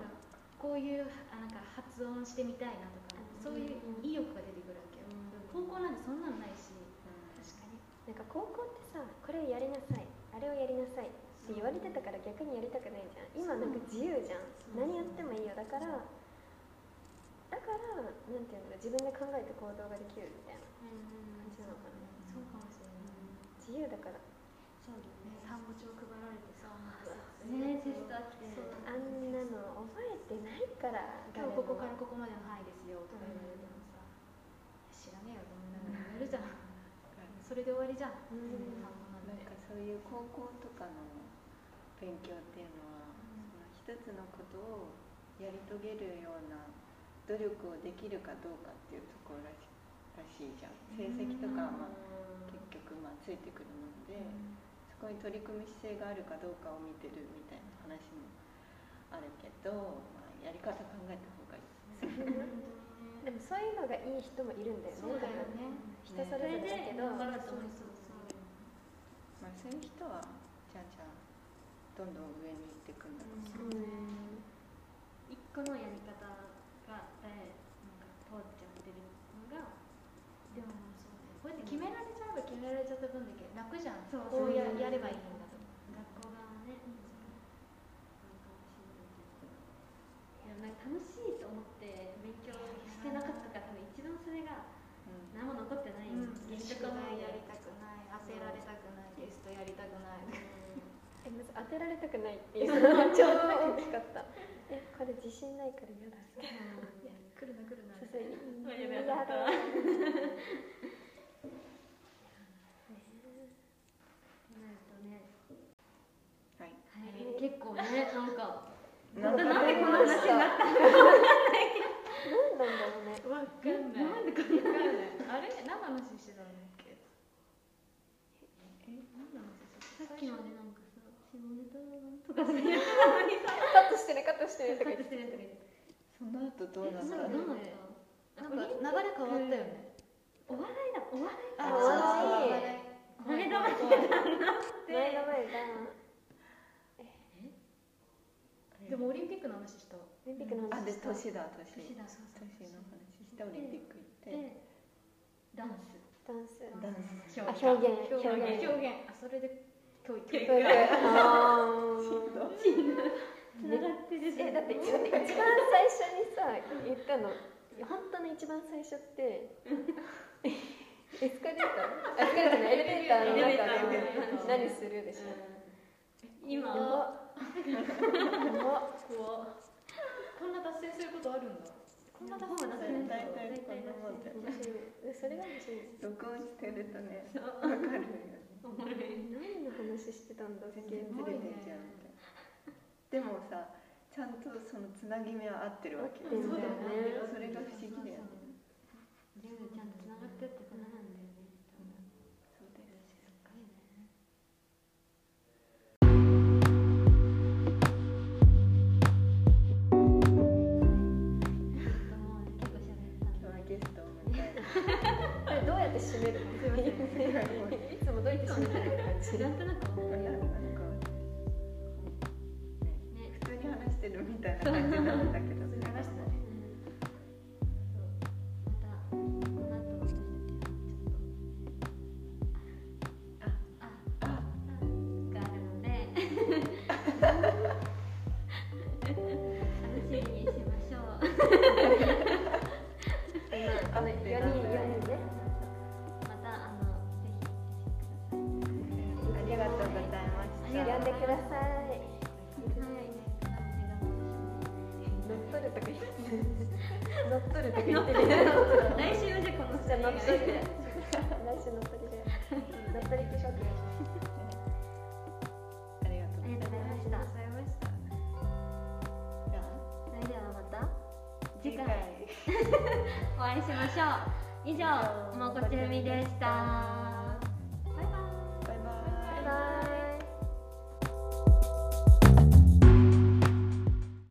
Speaker 4: こういうあなんか発音してみたいなとか
Speaker 2: うん
Speaker 4: そういう意欲が出てくるわけよ高校なんてそんなのないし
Speaker 1: 確かになんか高校ってさこれをやりなさいあれをやりなさいって言われてたから逆にやりたくないじゃん今なんか自由じゃん何やってもいいよだからだからなんていうんだろう自分で考えて行動ができるみたいな感じなのかな
Speaker 4: そうかもしれない
Speaker 1: 自由だから
Speaker 2: そうだね
Speaker 4: ね単語帳配られてさ
Speaker 2: ねテストあって
Speaker 4: そう
Speaker 1: あんなの覚えてないから
Speaker 4: 今日ここからここまでの範囲ですよとか言われてもさ知らねえよと思いながらやるじゃんそれで終わりじゃん
Speaker 1: うん
Speaker 4: 単語な
Speaker 3: な
Speaker 4: ん
Speaker 3: ん
Speaker 4: て
Speaker 3: かそういう高校とかの勉強っていうのは、その一つのことをやり遂げるような努力をできるかどうかっていうところらしらしいじゃん成績とかは、まあ結局まあついてくるので、そこに取り組む姿勢があるかどうかを見てるみたいな話もあるけど、まあ、やり方考えた方がいいですね。
Speaker 1: でもそういうのがいい人もいるんだよね
Speaker 4: そうだよね
Speaker 1: 多分人それぞれだけど
Speaker 2: それで
Speaker 4: そうそう
Speaker 3: まあ、そういう人はじゃんじゃんどんどん上に行っていくんだろうし、
Speaker 1: うん
Speaker 2: 一個のやり方が誰なんか通っちゃってるのが
Speaker 4: でもそうねこうやって決められちゃえば決められちゃった分だけ楽じゃん
Speaker 2: そう
Speaker 4: こうや
Speaker 2: そう
Speaker 4: やればいいんだと
Speaker 2: 学校側ね、あるかもしれないけどいやなんか楽しいと思って勉強してなかったから多分一番それが
Speaker 3: うん
Speaker 2: 何も残ってない
Speaker 4: うん
Speaker 2: 原
Speaker 4: 宿
Speaker 2: 則の方
Speaker 4: 題やり
Speaker 2: で
Speaker 4: たくない焦られたくないテストやりたくない
Speaker 1: えまず当てられたくないっていうのが超大きかった [LAUGHS] えこれ自信ないから嫌だみたいな
Speaker 4: 来るな来るな
Speaker 1: さ [LAUGHS] すがに
Speaker 2: そういう
Speaker 1: 嫌
Speaker 2: のや
Speaker 1: だ
Speaker 2: ったなるとね
Speaker 3: はい
Speaker 2: はい、結構ね、なんか、
Speaker 3: なんか
Speaker 2: なんでこの話になった
Speaker 1: 何なんだろうね
Speaker 4: わかんないなんでかわかんないあれ何の話してたんだっけえ何の話して
Speaker 2: さっきまでなんかさ、下ネタとかさ、やっ
Speaker 1: カットしてねカットしてねと
Speaker 2: カ
Speaker 1: か
Speaker 2: ッ
Speaker 1: 言っ
Speaker 2: トしててるとか言って
Speaker 3: その後どう
Speaker 2: な
Speaker 3: なっ
Speaker 2: ん
Speaker 3: た
Speaker 2: かどうなった
Speaker 4: たなんか流れ変わったよね
Speaker 2: お笑いだ、お笑い
Speaker 1: あ
Speaker 4: そう
Speaker 1: お笑
Speaker 2: これだ
Speaker 1: 前の前だ
Speaker 4: でもオリンピックの話した
Speaker 1: オリンピックの
Speaker 3: あ
Speaker 1: 話
Speaker 3: で
Speaker 1: した
Speaker 3: 年だ年
Speaker 4: 年だそうそう
Speaker 3: 年の話してオリンピック行って
Speaker 2: で、ダンス
Speaker 1: ダンス
Speaker 3: ダン
Speaker 4: 表
Speaker 1: あ表現
Speaker 4: 表
Speaker 1: 表
Speaker 4: 現
Speaker 1: 現
Speaker 4: 表現あそれで教育
Speaker 1: 教育あー
Speaker 3: ス
Speaker 2: 繋がってる
Speaker 1: えだって一番最初にさ言ったの本当の一番最初ってエスカレーターあエスカレーターのエレベーターの
Speaker 2: エレベータ
Speaker 1: 中
Speaker 2: ーの
Speaker 1: で
Speaker 2: 中
Speaker 1: 何
Speaker 2: で
Speaker 1: するでしょ
Speaker 2: 今
Speaker 1: やばやば
Speaker 4: 怖っこんな達成することあるんだ
Speaker 5: こんな高くなってるんだ
Speaker 3: 大体こんなもんだよ
Speaker 1: 面
Speaker 3: ね
Speaker 1: 白いそれが面白い
Speaker 3: 録音してるとねわかるよね
Speaker 2: おもろい
Speaker 1: 何の話してたんだっけ
Speaker 3: 全然ずれてっちゃうみたいなでもさちゃんとそのつなぎ目は合ってるわけよ
Speaker 1: 合ってるんだよね
Speaker 3: それが不思議だよね
Speaker 2: 全部ちゃんと繋がってってことなんだよね
Speaker 3: そうだよね
Speaker 2: もう結構喋ったん
Speaker 3: 今日はゲストを迎えて
Speaker 1: これどうやって締めるのすいませ [LAUGHS] んいつもどうやって締めてるの感じ
Speaker 2: でなんとなく思う
Speaker 3: なんか
Speaker 2: よね
Speaker 3: 普通に話してるみたいな感じなんだけど
Speaker 4: 話してたね
Speaker 2: またこの後私たちはちょっとあああがあるので楽しみにしましょう。
Speaker 1: あの4人4人ね
Speaker 2: またあのぜひ
Speaker 3: ありがとうございました
Speaker 1: 呼んでください乗っ取るとか言って乗っ取るとか言ってる
Speaker 2: 来週はじゃあこの
Speaker 1: じゃあ乗っ
Speaker 2: 二人
Speaker 1: 取りで来週乗っ取りで乗っ取り化粧品
Speaker 3: ありがとう
Speaker 2: ありがとうございました。
Speaker 3: じゃ
Speaker 2: それではまた
Speaker 3: あ
Speaker 2: 次回お会いしましょう。以上、もこちゅみでした。